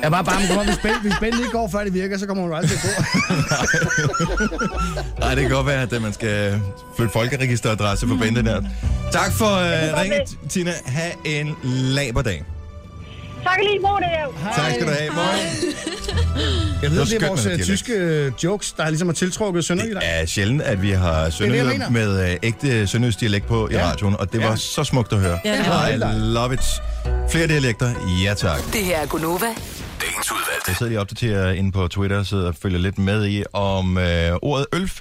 B: Jeg er bare bare, med, hvis Ben, hvis ben ikke går, før det virker, så kommer hun jo aldrig til at gå.
A: Nej, det kan godt være, at øh, man skal flytte folkeregisteradresse på Bente der. Tak for øh, ringet, Tina. Ha' en laberdag.
J: Tak lige mod det, er jo.
A: Tak skal du have. Morgen.
B: Jeg ved,
A: Nå,
B: det
A: skønt,
B: er vores
A: man har
B: øh,
A: dialekt.
B: tyske øh, jokes, der ligesom har tiltrukket Sønderjylland.
A: Det er sjældent, at vi har sønderjyder
B: mener.
A: med øh, ægte sønderjysk dialekt på i
B: Ja.
A: radioen, og det var
B: Ja.
A: så smukt at høre.
D: Ja, det
B: var
A: I
B: helt dejligt.
A: love it. Flere dialekter, ja tak.
G: Det her er Gunova.
I: Dagens udvalgte.
A: Jeg sidder lige og opdaterer inde på Twitter, og sidder og følger lidt med i om øh, ordet ølf,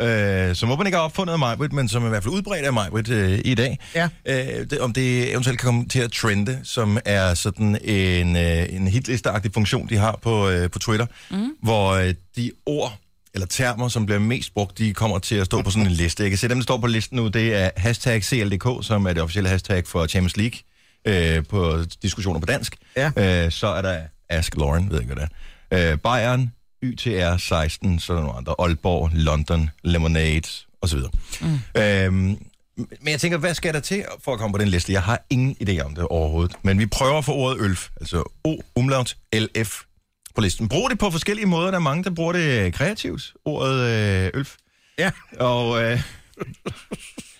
A: øh, som åbenbart ikke er opfundet af Majbrit, men som er i hvert fald udbredt af Majbrit øh, i dag.
B: Ja.
A: Øh, det, om det eventuelt kan komme til at trende, som er sådan en, øh, en hitlisteagtig funktion, de har på, øh, på Twitter, mm. hvor øh, de ord eller termer, som bliver mest brugt, de kommer til at stå på sådan en liste. Jeg kan se, dem, der står på listen nu, det er hashtag CLDK, som er det officielle hashtag for Champions League øh, på diskussioner på dansk. Ja. Øh, så er der Ask Lauren, ved jeg ikke, hvad det er. Øh, Bayern, YTR 16, så er der nogle andre. Aalborg, London, Lemonade, osv. Mm. Øhm, men jeg tænker, hvad skal der til for at komme på den liste? Jeg har ingen idé om det overhovedet. Men vi prøver for ordet ølf, altså O, umlaut, LF, på listen. Brug det på forskellige måder. Der er mange, der bruger det kreativt, ordet øh, ølf.
B: Ja.
A: Og øh,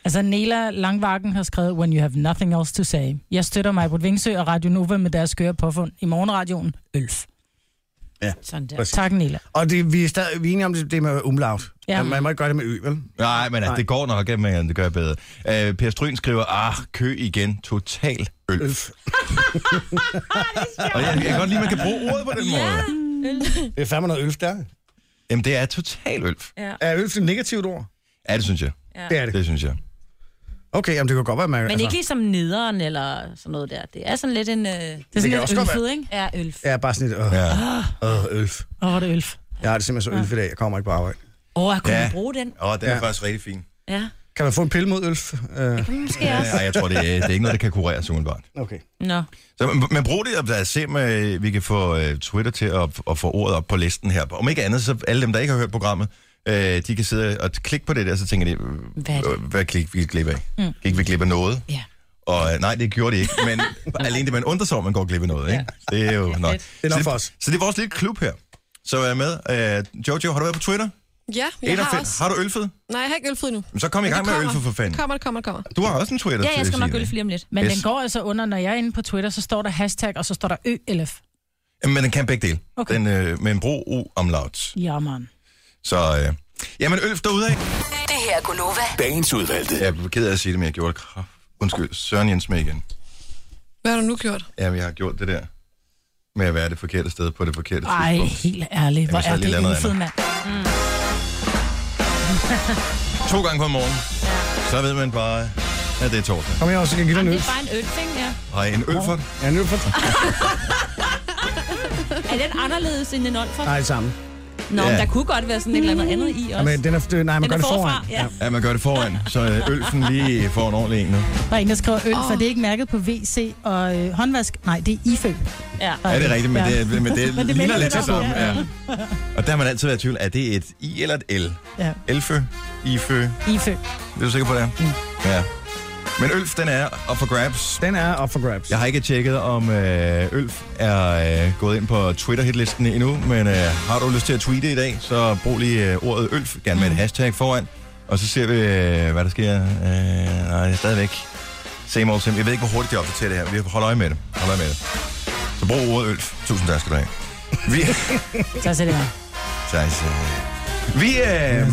D: Altså, Nela Langvarken har skrevet, When you have nothing else to say. Jeg støtter mig på Vingsø og Radio Nova med deres skøre påfund. I morgenradioen, Ølf.
B: Ja.
D: Sådan der.
B: Præcis.
D: Tak, Nela.
B: Og det, vi, er stadig, vi er enige om det, det med umlaut.
D: Ja.
B: Ja. Man må ikke gøre det med ø, vel?
A: nej, men altså, det går nok, ikke, men det gør jeg bedre. Øh, per Stryn skriver, ah, kø igen, total ølf. ølf. Og jeg, jeg kan godt lide, at man kan bruge ordet på den måde.
B: Det er fandme noget ølf, der.
A: Jamen, det er total ølf.
C: Ja.
B: Er ølf et negativt ord?
A: Ja, det synes jeg.
C: Ja.
B: Det er det.
A: Det synes jeg.
B: Okay, jamen det kan godt være, man...
C: Men altså. ikke ligesom nederen eller sådan noget der. Det er sådan lidt en... Øh... Det
B: er sådan kan lidt også godt ølfet, være.
C: ikke? Ja, ølf.
B: Ja, bare sådan et... Åh,
A: ja.
B: åh ølf.
D: Åh, hvor er det ølf.
B: Jeg har det simpelthen så ølf i dag. Jeg kommer ikke på arbejde.
C: Åh, oh, jeg kunne
A: Ja.
C: ja. bruge den.
A: Og den er
B: Ja.
A: faktisk rigtig fin.
C: Ja.
B: Kan man få en pille mod ølf? Uh,
C: Mm, Måske
A: Ja,
C: også.
A: Nej, jeg tror, det er, det er ikke noget, der kan kureres umiddelbart.
B: okay.
C: Nå.
A: Så man, man bruger det, og lad os se, om øh, vi kan få øh, Twitter til at, at få ordet op på listen her. Om ikke andet, så alle dem, der ikke har hørt programmet, øh, de kan sidde og klikke på det der, så tænker de, øh,
C: Hvad er det?
A: øh, hvad klik vi glip af? Mm. Gik vi glip af noget?
C: Ja.
A: Og øh, nej, det gjorde de ikke, men alene det, man undrer sig, om man går glip af noget, ikke? Det er jo nok.
C: fedt.
B: Det er nok
A: så,
B: for os.
A: så det er vores lille klub her. Så er med. Øh, Jojo, har du været på Twitter?
E: Ja, jeg
A: Ind og
E: har
A: find-
E: også.
A: har du ølfed?
E: Nej, jeg har ikke ølfed nu.
A: Jamen, Så kom i gang med ølfed for fanden.
E: Kommer, det kommer, det kommer.
A: Du har også en Twitter.
C: Ja, jeg skal nok
A: Signe.
C: ølf lige om lidt.
D: Men
A: Yes.
D: yes. den går altså under, når jeg er inde på Twitter, så står der hashtag, og så står der ølf.
A: Jamen, Men den kan begge dele.
D: Okay.
A: Den, øh, men brug U-omlaut.
D: Ja, man.
A: Så øh, jamen, ølf derude af.
G: Det her er Gunova.
I: Dagens udvalgte.
A: Jeg er ked af at sige det, men jeg gjorde det. Kraft- Undskyld, Søren Jens med igen.
E: Hvad har du nu gjort?
A: Jamen, jeg har gjort det der med at være det forkerte sted på det forkerte
D: Ej,
A: tidspunkt.
D: helt ærligt. Hvor
A: Jamen, så er
D: er
A: det lidt
D: det
A: andet,
D: ølfed,
A: Anna.
D: mand.
A: To gange på morgen. Så ved man bare, at det er torsdag.
B: Kom her, så kan jeg give dig en
C: Det
B: ølf.
C: er bare en ølf, ikke? Ja.
A: Og en ølfert.
B: Ja, en ølf.
C: Er den anderledes end en ølfer?
B: Nej, sammen.
C: Nå, men
A: Ja.
C: der kunne godt være sådan et eller andet andet i også.
B: Men den er, det- nej, man
C: Den
B: gør
C: er
B: det
C: forfra,
B: foran.
C: ja.
A: Ja, man gør det foran, så øh, ølfen lige får en ordentlig en nu.
D: Der er en, der skriver øl, for det er ikke mærket på VC og øh, håndvask. Nej, det er IFØ.
C: ja.
A: Ja, det er rigtigt, men
D: Ja.
A: det, men det,
D: Men det
A: ligner
D: minder
A: lidt
D: lidt
A: det
D: om,
A: samme.
D: ja.
A: Ja. Og der har man altid været i tvivl, er det et I eller et L?
D: Ja,
A: Elfø? Ifø?
D: IFØ.
A: Er du sikker på det? er? Ja. Men ølf, den er op for grabs.
B: Den er op for grabs.
A: Jeg har ikke tjekket, om øh, Ølf er øh, gået ind på Twitter-hitlisten endnu, men øh, har du lyst til at tweete i dag, så brug lige øh, ordet Ølf, gerne med et hashtag foran, og så ser vi, øh, hvad der sker. Øh, nej, det er stadigvæk same old same. Jeg ved ikke, hvor hurtigt de opdaterer det her. Vi holder øje med det. Hold øje med det. Så brug ordet Ølf. Tusind tak skal du have. Vi...
D: Så ser det her.
A: tak, så... Vi øh,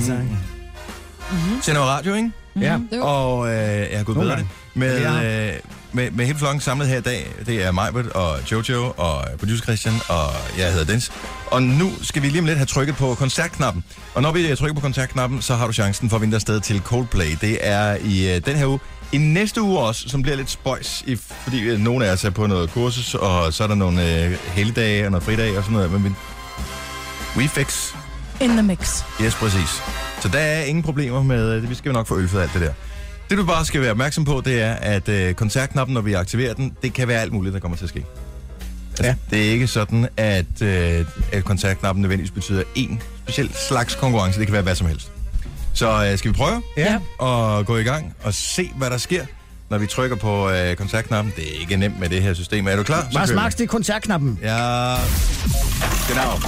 A: sender jo radio, ikke?
B: Ja.
E: Jo.
A: Og øh, jeg har gået
B: Nogle
A: bedre det.
B: gange.
A: Med,
B: Ja, det
A: øh, med, med hele flokken samlet her i dag. Det er Majbert og Jojo og producer Christian, og jeg hedder Dens. Og nu skal vi lige om lidt have trykket på koncertknappen. Og når vi øh, trykker på koncertknappen, så har du chancen for at vinde afsted til Coldplay. Det er i øh, den her uge. I næste uge også, som bliver lidt spøjs, i, fordi øh, nogle af os er på noget kursus, og så er der nogle øh, helgedage og noget fridag og sådan noget. Men vi, we fix
D: In the mix.
A: Yes, præcis. Så der er ingen problemer med øh, det. Vi skal jo nok få ølfet alt det der. Det du bare skal være opmærksom på, det er, at øh, koncertknappen, når vi aktiverer den, det kan være alt muligt, der kommer til at ske. Altså, ja. Det er ikke sådan, at, øh, at koncertknappen nødvendigvis betyder en speciel slags konkurrence. Det kan være hvad som helst. Så øh, skal vi prøve
B: Ja.
A: at gå i gang og se, hvad der sker, når vi trykker på øh, koncertknappen. Det er ikke nemt med det her system. Er du klar? Så
B: Mars
A: kører vi.
B: Max, det er koncertknappen.
A: Ja, genau.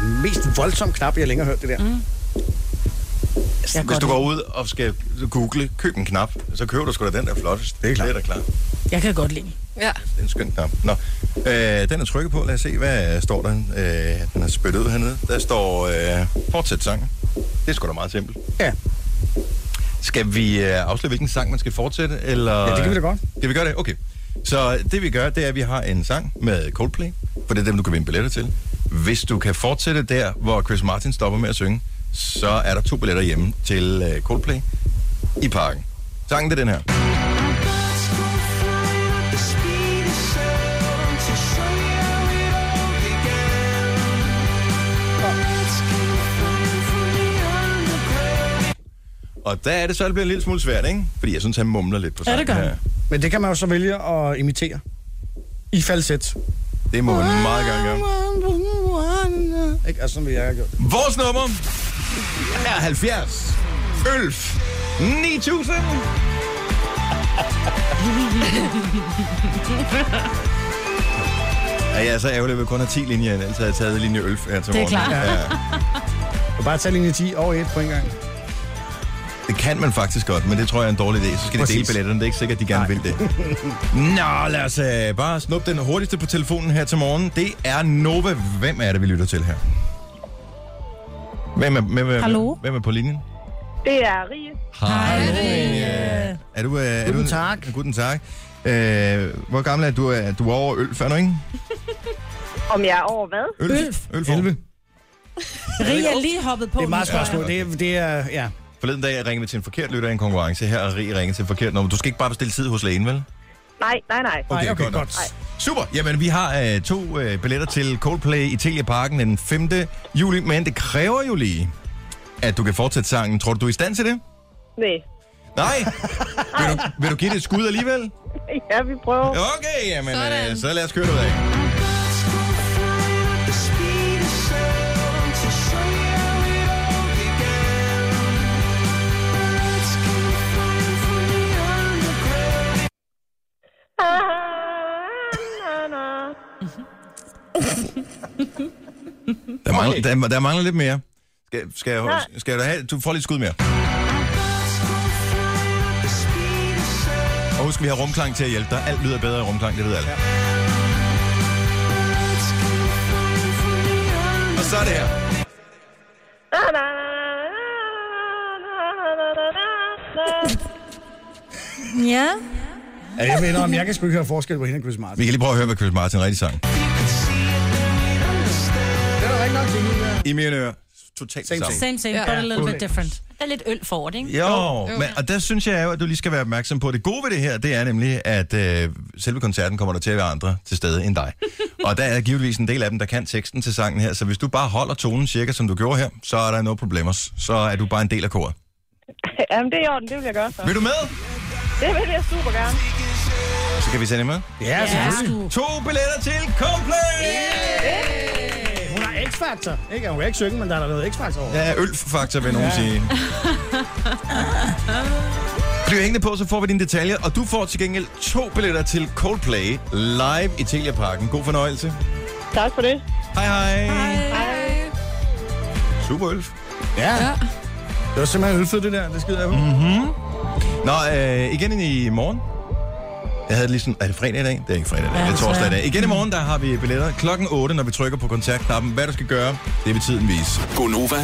B: Den mest voldsomme knap, jeg længere har hørt det der.
D: Mm.
A: Hvis du går ud og skal google, køb en knap, så køber du sgu da den der flotteste. Det er klart. Det er da klart. Det
D: Jeg kan godt lide. den.
E: Ja.
A: er en skøn knap. Nå, øh, den er trykket på. Lad os se, hvad står der. Øh, den er spyttet ud hernede. Der står, øh, fortsæt sangen. Det er sgu da meget simpelt.
B: Ja.
A: Skal vi øh, afsløre, hvilken sang man skal fortsætte? Eller...
B: Ja, det kan vi da godt.
A: Kan vi gøre det? Okay. Så det vi gør, det er, at vi har en sang med Coldplay, for det er dem, du kan vinde billetter til. Hvis du kan fortsætte der, hvor Chris Martin stopper med at synge, så er der to billetter hjemme til øh, Coldplay i parken. Sangen det er den her. Og der er det så, det bliver en lille smule svært, ikke? Fordi jeg synes, han mumler lidt på
D: Ja,
A: sangen
D: det gør
A: her.
D: han.
B: Men det kan man jo så vælge at imitere. I falset.
A: Det må
D: Ah.
A: man meget gerne gøre.
B: Ikke? Altså, som jeg har gjort.
A: Vores nummer er 70 11 9000 Ja, jeg er så ærgerlig, at vi kun har 10 linjer, ellers havde jeg taget linje 11 her til
B: Det er
A: morgen.
B: klart.
A: Ja.
B: Og bare tage linje 10 over 1 på en gang.
A: Det kan man faktisk godt, men det tror jeg er en dårlig idé. Så skal de dele
B: Præcis.
A: billetterne, det er ikke sikkert, at de gerne Nej. vil det. Nå, lad os øh, bare snuppe den hurtigste på telefonen her til morgen. Det er Nova. Hvem er det, vi lytter til her? Hvem er, hvem er,
J: Hallo?
A: Hvem er på linjen?
J: Det er Rie.
A: Hej, Rie. Er du... Øh, er
J: Guten
A: du, tak. Guten tak. Øh, hvor gammel er du? Er Du er over øl før nu, ikke?
J: Om jeg er over hvad?
A: Ølf. Ølf. 11.
D: Rie er lige hoppet på.
B: Det er meget
D: nu.
B: spørgsmål. Det er, det er ja.
A: Forleden dag ringede vi til en forkert lytter i en konkurrence. Her er Rie ringet til en forkert nummer. Du skal ikke bare bestille tid hos lægen, vel?
J: Nej, nej, nej.
A: Okay, okay, godt. godt. Super. Jamen, vi har øh, to øh, billetter til Coldplay i Telia Parken den 5. juli, men det kræver jo lige, at du kan fortsætte sangen. Tror du, du er i stand til det?
J: Nej.
A: Nej. vil, du, vil du give det et skud alligevel?
J: Ja, vi prøver.
A: Okay, jamen, øh, så lad os køre det af. Der mangler, der, der mangler lidt mere. Skal, skal, jeg, skal jeg have, du får lidt skud mere. Og husk, vi har rumklang til at hjælpe dig. Alt lyder bedre i rumklang, det ved alle. Og så er det her.
D: Ja.
B: Ja, Jeg ved om jeg kan sgu ikke høre forskel på hende og Chris Martin.
A: Vi kan lige prøve at høre, hvad Chris Martin rigtig sang.
B: Det er der ikke nok til nu, der.
A: I mine ører, totalt same,
D: Same, same, but a little bit different.
C: Der er lidt øl for det, ikke?
A: Jo, men, og der synes jeg jo, at du lige skal være opmærksom på, det gode ved det her, det er nemlig, at øh, selve koncerten kommer der til at være andre til stede end dig. og der er givetvis en del af dem, der kan teksten til sangen her, så hvis du bare holder tonen cirka, som du gjorde her, så er der no problemer. Så er du bare en del af koret.
J: Jamen, det er i orden. Det vil jeg gøre så.
A: Vil du med?
J: Det vil jeg super gerne.
A: Så kan vi sende med?
B: Ja, selvfølgelig.
A: To billetter til Coldplay!
B: Hun har X-Factor. Ikke, hun kan ikke synge, men der er der noget X-Factor over.
A: Ja, ølfaktor vil nogen
B: Ja.
A: sige. Bliv hængende på, så får vi dine detaljer, og du får til gengæld to billetter til Coldplay live i Telia Parken. God fornøjelse.
J: Tak for det.
A: Hej, hej.
J: Hej.
A: Super ølf.
B: Ja.
E: ja.
B: Det var simpelthen ølfedt, det der. Det skider jeg på.
A: Mm-hmm. Nå, øh, igen i morgen. Jeg havde det lige sådan, er det fredag i dag? Det er ikke fredag i dag,
I: Ja,
A: det er torsdag i
I: desværre.
A: dag. Igen i morgen, der har vi billetter klokken 8, når vi trykker på kontaktknappen. Hvad du skal gøre, det vil tiden vise. Godnova.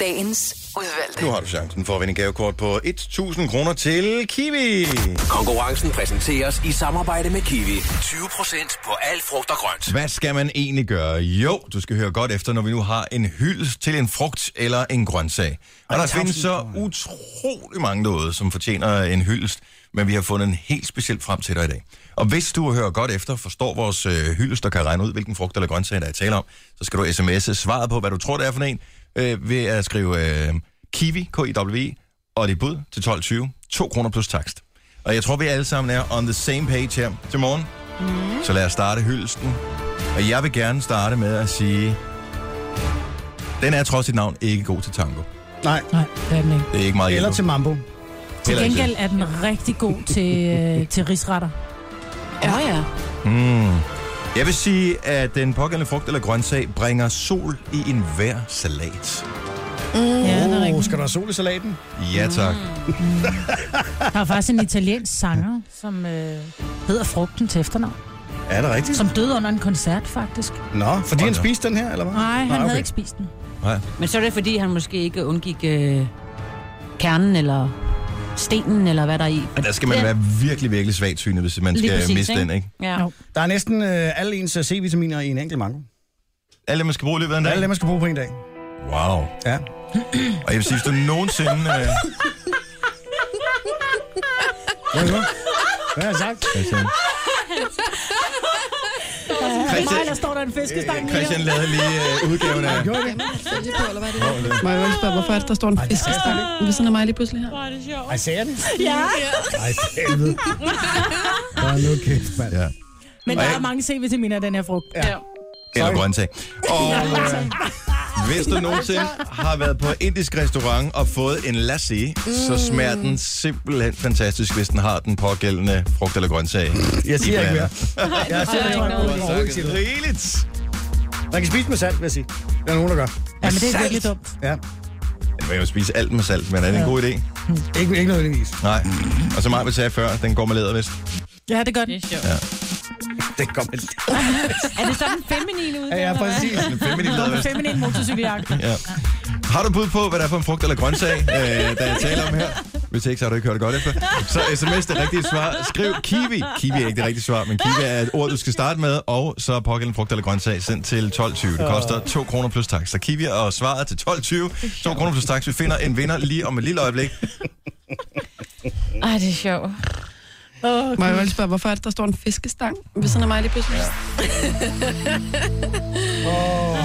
G: Dagens udvalgte.
A: Nu har du chancen for at vinde gavekort på 1.000 kroner til Kiwi.
I: Konkurrencen præsenteres i samarbejde med Kiwi. 20% på alt frugt og grønt.
A: Hvad skal man egentlig gøre? Jo, du skal høre godt efter, når vi nu har en hyldest til en frugt eller en grøntsag. Og der findes så utrolig mange derude, som fortjener en hyldest, men vi har fundet en helt speciel frem til dig i dag. Og hvis du hører godt efter, forstår vores øh, hyldest og kan regne ud, hvilken frugt eller grøntsag, der er tale om, så skal du sms'e svaret på, hvad du tror, det er for en, øh, ved at skrive øh, kiwi, k i w -I, og dit bud til 12.20, 2 kroner plus takst. Og jeg tror, vi alle sammen er on the same page her til morgen. Mm. Så lad os starte hyldesten. Og jeg vil gerne starte med at sige, den er trods sit navn ikke god til tango.
B: Nej.
D: Nej, det er den ikke.
A: Det er ikke meget
B: Eller
A: hjælp.
B: til Mambo.
D: Til
A: Heller ikke.
D: gengæld er den rigtig god til, øh, til risretter. Ja, ja.
A: Mm. Jeg vil sige, at den pågældende frugt eller grøntsag bringer sol i enhver salat.
D: Mm. Ja, det er
B: Oh,
D: rigtigt.
B: skal der sol i salaten?
A: Ja,
B: Mm.
A: tak.
D: Der er faktisk en italiensk sanger, som øh, hedder Frugten til efternavn.
B: Er det rigtigt?
D: Som døde under en koncert, faktisk.
B: Nå, fordi han
D: Hold da.
B: spiste den her, eller hvad?
D: Nej, han okay. havde
B: okay.
D: ikke spist den.
A: Nej.
L: Men så er det, fordi han måske ikke undgik øh, kernen eller stenen, eller hvad der er i.
A: Men der skal man
L: Ja.
A: være virkelig, virkelig svagtsynet, hvis man skal miste den, ikke?
L: Ja.
B: Der er næsten øh, alle ens øh, C-vitaminer i en enkelt mango.
A: Alle dem, man skal bruge i løbet af en dag?
B: Alle dem, man skal bruge på en dag.
A: Wow.
B: Ja.
A: Og jeg vil sige, hvis du nogensinde... Øh...
B: Hvad nu? Hvad har jeg sagt?
A: Christian-
D: Christian, der står der en fiskestang lige
A: Christian lavede lige øh, udgaven af...
B: Gjorde
E: det? Må jeg godt spørge, hvorfor er det, der står en fiskestang ved siden af mig lige pludselig her? Hvor
D: er det sjovt.
B: Ej, sagde jeg det?
D: Ja.
B: Ej, helvede. Hold nu kæft, mand.
A: Ja.
D: Men der
A: Ej.
D: er mange C-vitaminer i den her frugt. Ja.
A: Eller grøntsag. Og øh, Hvis du nogensinde har været på indisk restaurant og fået en lassi, mm. så smager den simpelthen fantastisk, hvis den har den pågældende frugt eller grøntsag.
B: Jeg siger ikke mere. Jeg siger ikke
A: mere.
B: mere. Overhovedet ikke
A: Rigeligt.
B: Man kan spise med salt, vil jeg sige. Der er nogen, der gør.
D: Ja, men det er virkelig dumt.
B: Ja.
A: Man kan jo spise alt med salt, men er det en
D: Ja.
A: god idé?
B: Ikke, ikke nødvendigvis.
A: Nej. Og som Arbe sagde før, den går med lædervest.
D: Ja, det er godt. Det er
A: Ja.
B: Den går med
L: er det sådan en feminin udgave?
A: Ja, ja, præcis. En feminin lædervest.
D: Feminin motorcykeljagt.
A: Ja. Har du bud på, hvad der er for en frugt eller grøntsag, øh, der er tale om her? Hvis ikke, så har du ikke hørt godt efter. Så sms det rigtige svar. Skriv kiwi. Kiwi er ikke det rigtige svar, men kiwi er et ord, du skal starte med. Og så pågældende frugt eller grøntsag sendt til 12.20. Det koster 2 kroner plus tax. Så kiwi og svaret til 12.20. 2 kroner plus tax. Vi finder en vinder lige om et lille øjeblik.
C: Ej, det er sjovt.
D: Okay.
E: Må jeg bare lige spørge, hvorfor er det, der står en fiskestang ved siden af mig lige pludselig?
C: Åh,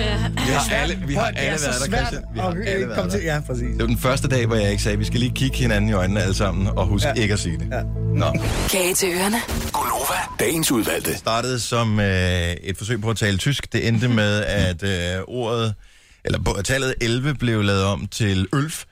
C: ja.
A: Vi har alle, vi har
B: Prøv at- det er
A: alle
B: så
A: været der,
B: svært
A: Christian. Vi har
B: at
A: alle
B: komme
A: været
B: til-
A: der.
B: Ja, præcis.
A: Det var den første dag, hvor jeg ikke sagde, at vi skal lige kigge hinanden i øjnene alle sammen, og huske ja. ikke at sige det. Ja. Nå.
G: Kage til ørerne.
A: Gunova, dagens udvalgte. startede som øh, et forsøg på at tale tysk. Det endte med, at øh, ordet, eller bo- tallet 11 blev lavet om til ølf.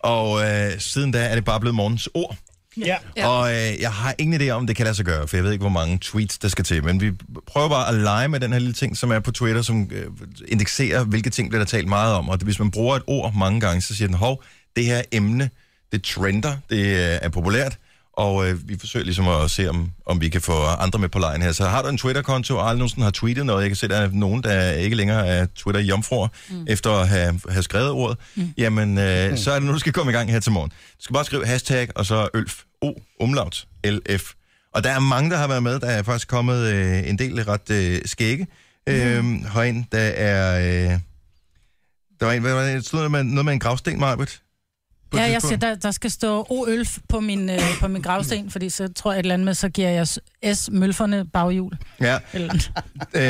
A: Og øh, siden da er det bare blevet morgens ord.
B: Ja.
A: Ja. Og øh, jeg har ingen idé om, det kan lade sig gøre, for jeg ved ikke, hvor mange tweets, der skal til. Men vi prøver bare at lege med den her lille ting, som er på Twitter, som øh, indekserer, hvilke ting bliver der talt meget om. Og det, hvis man bruger et ord mange gange, så siger den, hov, det her emne, det trender, det øh, er populært. Og øh, vi forsøger ligesom at se, om, om vi kan få andre med på lejen her. Så har du en Twitter-konto, og aldrig nogensinde har tweetet noget, jeg kan se, der er nogen, der ikke længere er Twitter-jomfruer, mm. efter at have, have skrevet ordet, mm. jamen øh, mm. så er det nu, du skal komme i gang her til morgen. Du skal bare skrive hashtag, og så ølf, o, umlaut, lf. Og der er mange, der har været med. Der er faktisk kommet øh, en del ret øh, skægge øh,
D: Mhm.
A: mm. herind. Der er... Øh, der var en, hvad var det, stod der med, noget med en gravsten, Marbet?
D: Ja, jeg siger, der, der skal stå O-Ølf på min, øh, på min gravsten, fordi så tror jeg et eller andet med, så giver jeg s- S. Mølferne baghjul.
A: Ja.
D: Eller...
A: Øh, hvad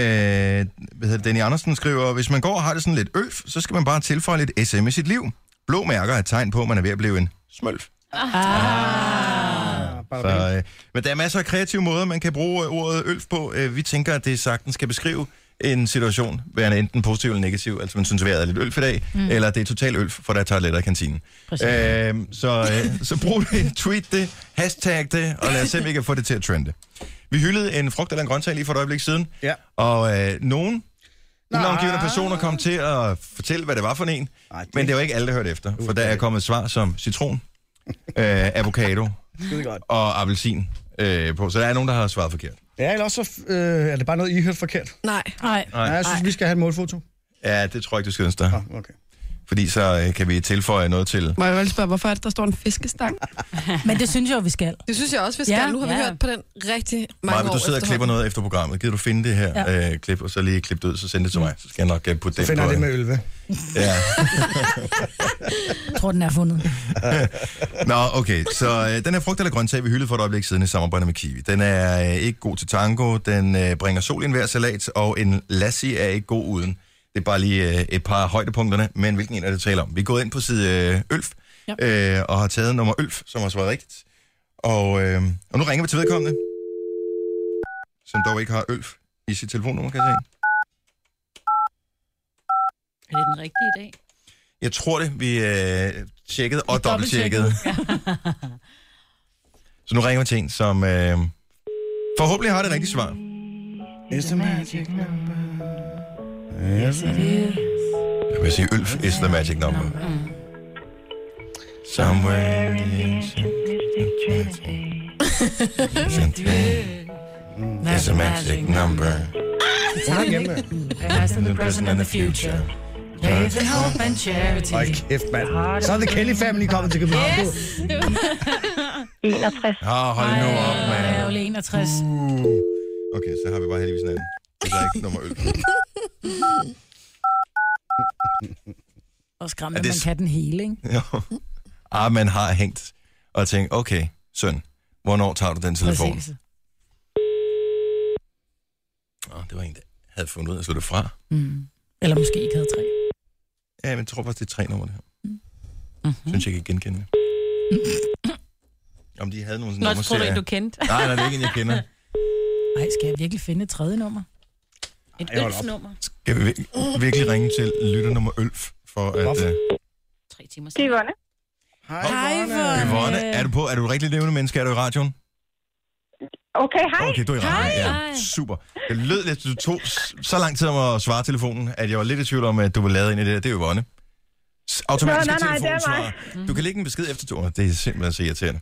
A: hedder det, Danny Andersen skriver, hvis man går og har det sådan lidt ølf, så skal man bare tilføje lidt SM i sit liv. Blå mærker er et tegn på, at man er ved at blive en smølf. Ah. Så, øh, men der er masser af kreative måder, man kan bruge øh, ordet ølf på. Øh, vi tænker, at det sagtens skal beskrive en situation, værende enten positiv eller negativ. Altså, man synes, at er lidt ølf i dag, mm.
M: Mm.
A: eller det er totalt ølf, for der er toiletter i kantinen. Øh,
M: Præcis.
A: så, øh, så brug det, tweet det, hashtag det, og lad os se, om vi kan få det til at trende. Vi hyldede en frugt eller en grøntsag lige for et øjeblik siden,
B: Ja.
A: og øh, nogen navngivende personer kom til at fortælle, hvad det var for en, Ej, det... men det var ikke alle, der hørte efter, for der er kommet svar som citron, øh, avocado
B: Skide godt.
A: og appelsin øh, på, så der er nogen, der har svaret forkert.
B: Ja, eller også så, øh, er det bare noget, I hørte forkert?
E: Nej.
D: Ah. Nej.
A: Nej.
B: Ja, jeg synes, vi skal have et målfoto.
A: Ja, det tror jeg ikke, du skal ønske dig.
B: Okay.
A: Fordi så øh, kan vi tilføje noget til...
E: Må jeg bare lige spørge, hvorfor er det, der står en fiskestang?
D: Men det synes jeg jo, vi skal.
E: Det synes jeg også, vi skal.
D: Ja.
E: Ja, nu har vi
D: Ja.
E: hørt på den rigtig mange
A: Maja,
E: år
A: du sidder og klipper
E: efterhånden.
A: noget efter programmet. Gider du finde det her
E: Ja. Mm.
A: ja. øh, klip, og så lige klippe det ud, så send det til mig. Så skal jeg nok øh, putte
B: Så
A: det
B: finder
A: på.
B: jeg det med ølve.
A: Ja.
D: Jeg tror, den er fundet.
A: Nå, okay. Så øh, den her frugt eller grøntsag, vi hyldede for et øjeblik siden i samarbejde med Kiwi, den er øh, ikke god til tango, den øh, bringer sol i enhver salat, og en lassi er ikke god uden. Det er bare lige øh, et par af højdepunkterne, men hvilken en er det vi taler om? Vi er gået ind på side øh, Ølf, ja. øh, og har taget nummer Ølf, som har svaret rigtigt. Og, øh, og nu ringer vi til vedkommende, som dog ikke har Ølf i sit telefonnummer, kan jeg se.
L: Er det den rigtige i dag?
A: Jeg tror det, vi øh, tjekkede og dobbelttjekkede. Så nu ringer vi til en, som øh, forhåbentlig har det rigtige svar.
B: It's the magic number. Yes, it
L: is.
A: Jeg vil sige, Ølf is the magic number. Somewhere in It's a magic number.
F: Tak, Emma.
L: Past and the present and the future. Faith and hope and charity.
B: Hold kæft, mand. Så er The Kelly Family kommet til København. Yes.
J: 61.
A: Ah, hold nu op, mand. Mm.
D: Jeg er jo lige 61.
A: Okay, så har vi bare heldigvis en anden. Det er ikke nummer Ølf.
D: Og skræmme,
A: Er
D: at
A: det
D: man
A: s-
D: kan den hele, ikke?
A: Jo. Ah, man har hængt og tænkt, okay, søn, hvornår tager du den telefon?
D: Præcis.
A: Oh, det var en, der havde fundet ud af at slå det fra.
D: Mm. Eller måske ikke havde tre.
A: Ja, men jeg tror faktisk, det er tre numre, det her. Mm-hmm. Synes jeg, jeg kan genkende det. Om de havde nogle
L: Mm-hmm. Nå, så tror du ikke, du kendte.
A: Nej, nej, det er ikke en, jeg kender.
D: Nej, skal jeg virkelig finde et tredje nummer?
C: Et
A: Ej, hold op.
C: ølfnummer.
A: Skal vi vir- virkelig ringe til lytter nummer Ølf for at... Uh,
C: Tre timer
J: Det er Yvonne.
B: Hej,
A: Yvonne, er du på? Er du et rigtig levende menneske? Er du i radioen?
J: Okay, hej.
A: Okay, du er i radioen. Ja, super. Det lød lidt, du tog s- så lang tid om at svare telefonen, at jeg var lidt i tvivl om, at du var lavet ind i det der. Det er Yvonne. S- Automatisk
J: Nå, nej, nej, det er mig.
A: telefonsvarer. Du kan lægge en besked efter to. Det er simpelthen så irriterende.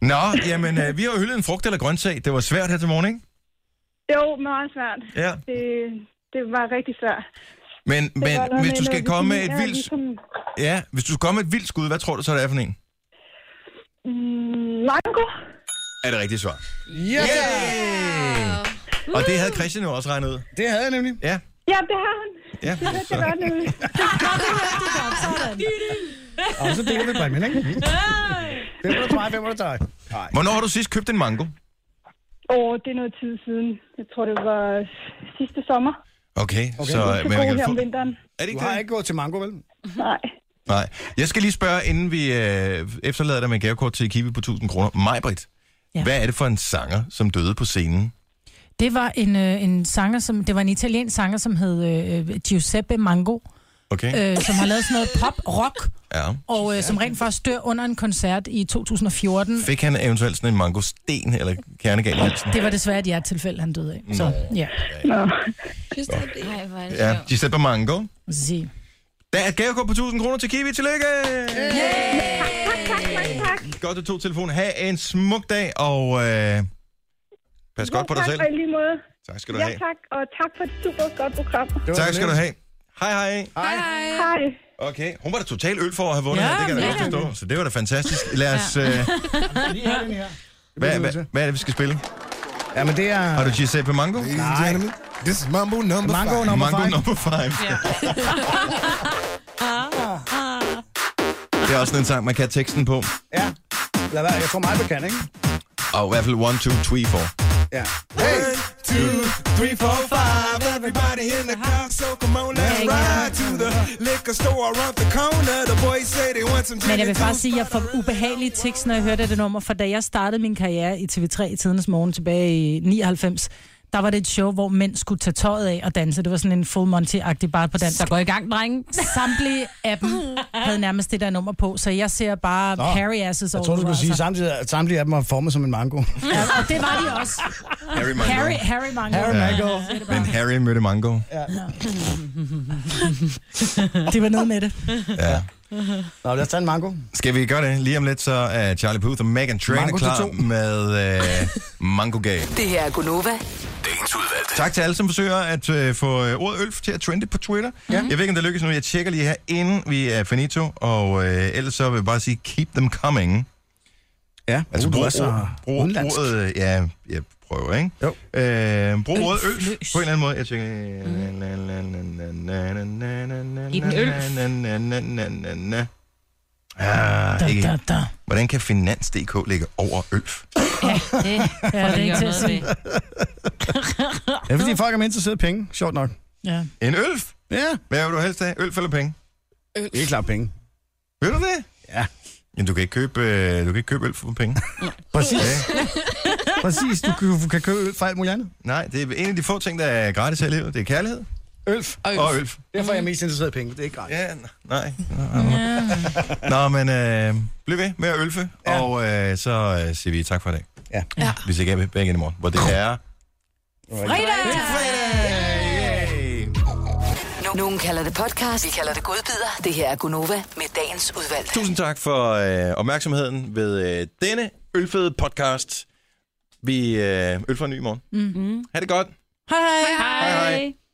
A: Nå, jamen, øh, vi har jo hyldet en frugt eller grøntsag. Det var svært her til morgen, ikke?
J: Jo, meget svært.
A: Ja.
J: Det, det var rigtig svært.
A: Men,
J: Det var
A: men
J: noget
A: hvis du skal
J: noget
A: komme med et
J: vitamin,
A: vildt...
J: og Ligesom,
A: Ja, hvis du skal komme med et vildt skud, hvad tror du så, det er for en?
J: mm, mango.
A: Er det rigtigt svar?
B: Ja!
A: Og det havde Christian jo også regnet ud.
B: Det havde jeg nemlig.
A: Ja.
J: Ja, det har han.
A: Ja,
J: Det hørte jeg godt nu.
B: Og så deler vi præmien, ikke? Hvem var det dig? Hvem var det dig? Nej.
A: Hvornår har du sidst købt en mango?
J: Åh, det er noget tid siden. Jeg tror, det var sidste sommer.
A: Okay, okay. så...
J: Så
A: man
J: god
A: kan
J: her
A: få-
J: om vinteren.
A: Er det ikke
B: Du har
A: det?
B: ikke gået til mango, vel?
J: Nej.
A: Nej. Jeg skal lige spørge, inden vi øh, efterlader dig med et gavekort til Kiwi på 1000 kroner. Majbrit, ja. hvad er det for en sanger, som døde på scenen?
D: Det var en, øh, en sanger, som, det var en italiensk sanger, som hed øh, Giuseppe Mango,
A: Okay?
D: øh, som har lavet sådan noget pop-rock,
A: Ja.
D: og øh, som rent faktisk dør under en koncert i 2014.
A: Fik han eventuelt sådan en mangosten eller kernegal i halsen?
D: Det var desværre et hjertetilfælde, han døde af. Så,
A: Nå.
D: ja.
A: Ja, de sætter mango.
D: Sige.
A: Der er et gavekort på 1000 kroner til Kiwi. Tillykke!
J: Tak, tak, mange tak.
A: Godt, du tog telefonen. Ha' en smuk dag, og øh, pas godt på dig
J: tak,
A: selv.
J: og i lige måde.
A: Tak skal du
J: ja,
A: have.
J: tak, og tak for et super godt program.
A: Tak skal du have. Hej, hej.
J: Hej. Hej.
A: Okay, hun var da totalt øl for at have vundet
J: Ja,
A: her. Det kan jeg da godt
J: mega.
A: forstå. Så det var da fantastisk. Lad os... Øh, hvad, hvad, hvad er det, vi skal spille?
B: Ja, men det er... Har
A: du Giuseppe Mango?
B: Nej.
M: This is Mambo number
B: Mango
M: five.
B: number
A: Mango
B: five.
A: number five. Det er også sådan en sang, man kan have teksten på.
B: Ja. Lad være, jeg tror mig, kan, ikke?
A: Og i hvert fald one, two, three, four.
B: Ja.
M: Hey, two, three, four, five. Everybody in the car, so come on, let's ride to the liquor store around the corner. The boys say they want some
D: Men
M: gin
D: jeg
M: and
D: vil bare sige, at jeg får ubehagelige tekst, når jeg hørte det nummer, for da jeg startede min karriere i TV3 i tidens morgen tilbage i 99, der var det et show, hvor mænd skulle tage tøjet af og danse. Det var sådan en full Monty-agtig bare på dansk. Så
L: gå i gang, drenge.
D: Samtlige af dem havde nærmest det der nummer på, så jeg ser bare
B: Nå.
D: hairy asses over.
B: Jeg tror, du
D: the
B: skulle sige,
D: world, altså.
B: samtidig, at samtlige af dem var formet som en mango.
D: Ja, og det var de også.
A: Harry Mango.
D: Harry, Harry Mango.
B: Harry Mango.
A: Men Harry mødte Mango.
D: Ja. Det var noget med det.
A: Ja.
B: Nå, lad os tage en mango.
A: Skal vi gøre det? Lige om lidt, så er Charlie Puth og Megan Trainor
B: Mango til
A: klar
B: to.
A: med øh, Mango Game.
G: Det her er Gunova.
A: Tak til alle, som forsøger at øh, få øh, ordet ølf til at trende på Twitter. Ja. Jeg ved ikke, om det lykkes nu. Jeg tjekker lige her, inden vi er finito. Og øh, ellers så vil jeg bare sige, keep them coming.
B: Ja,
A: altså
B: uh, du
A: brug,
B: er så
A: ord- brug,
B: udenlandsk.
A: ordet... øh, Ja, jeg prøver, ikke?
B: Jo.
A: Øh, brug ordet
B: Ølf
A: ølf
B: løs.
A: på en eller anden måde. Jeg tjekker...
B: Giv den ølf.
A: den Ah, ikke. Hvordan kan Finans.dk ligge over ølf?
L: Det
D: Ja, det er ikke til at sige.
B: Det er fordi, folk er mere interesseret i penge. Sjovt nok.
D: Ja.
A: En ølf?
B: Ja.
A: Hvad vil du helst have? Ølf eller penge?
E: Ølf.
B: Helt klart penge.
A: Vil du det?
B: Ja.
A: Men du kan ikke købe, øh, du kan ikke købe øl for penge.
B: Præcis.
A: Ja.
B: Præcis. Du kan, du kan købe øl fra alt muligt andet.
A: Nej, det er en af de få ting, der er gratis her i livet. Det er kærlighed.
B: Ølf.
A: Og ølf. Og ølf.
B: Derfor er jeg mest interesseret i penge. Det er ikke gratis.
A: Ja, nej. Nå, men øh, bliv ved med at ølfe, ja. og øh, så øh, siger vi tak for i dag.
B: Ja.
A: ja. Vi ses igen begge i morgen, hvor det er...
G: Nogen kalder det podcast, vi kalder det godbider. Det her er Gunova med dagens udvalgte.
A: Tusind tak for øh, opmærksomheden ved øh, denne ølfede podcast. Vi øh, ølfer en ny i morgen.
G: Mm.
A: Ha' det godt.
D: Hej.
A: Hej, hej.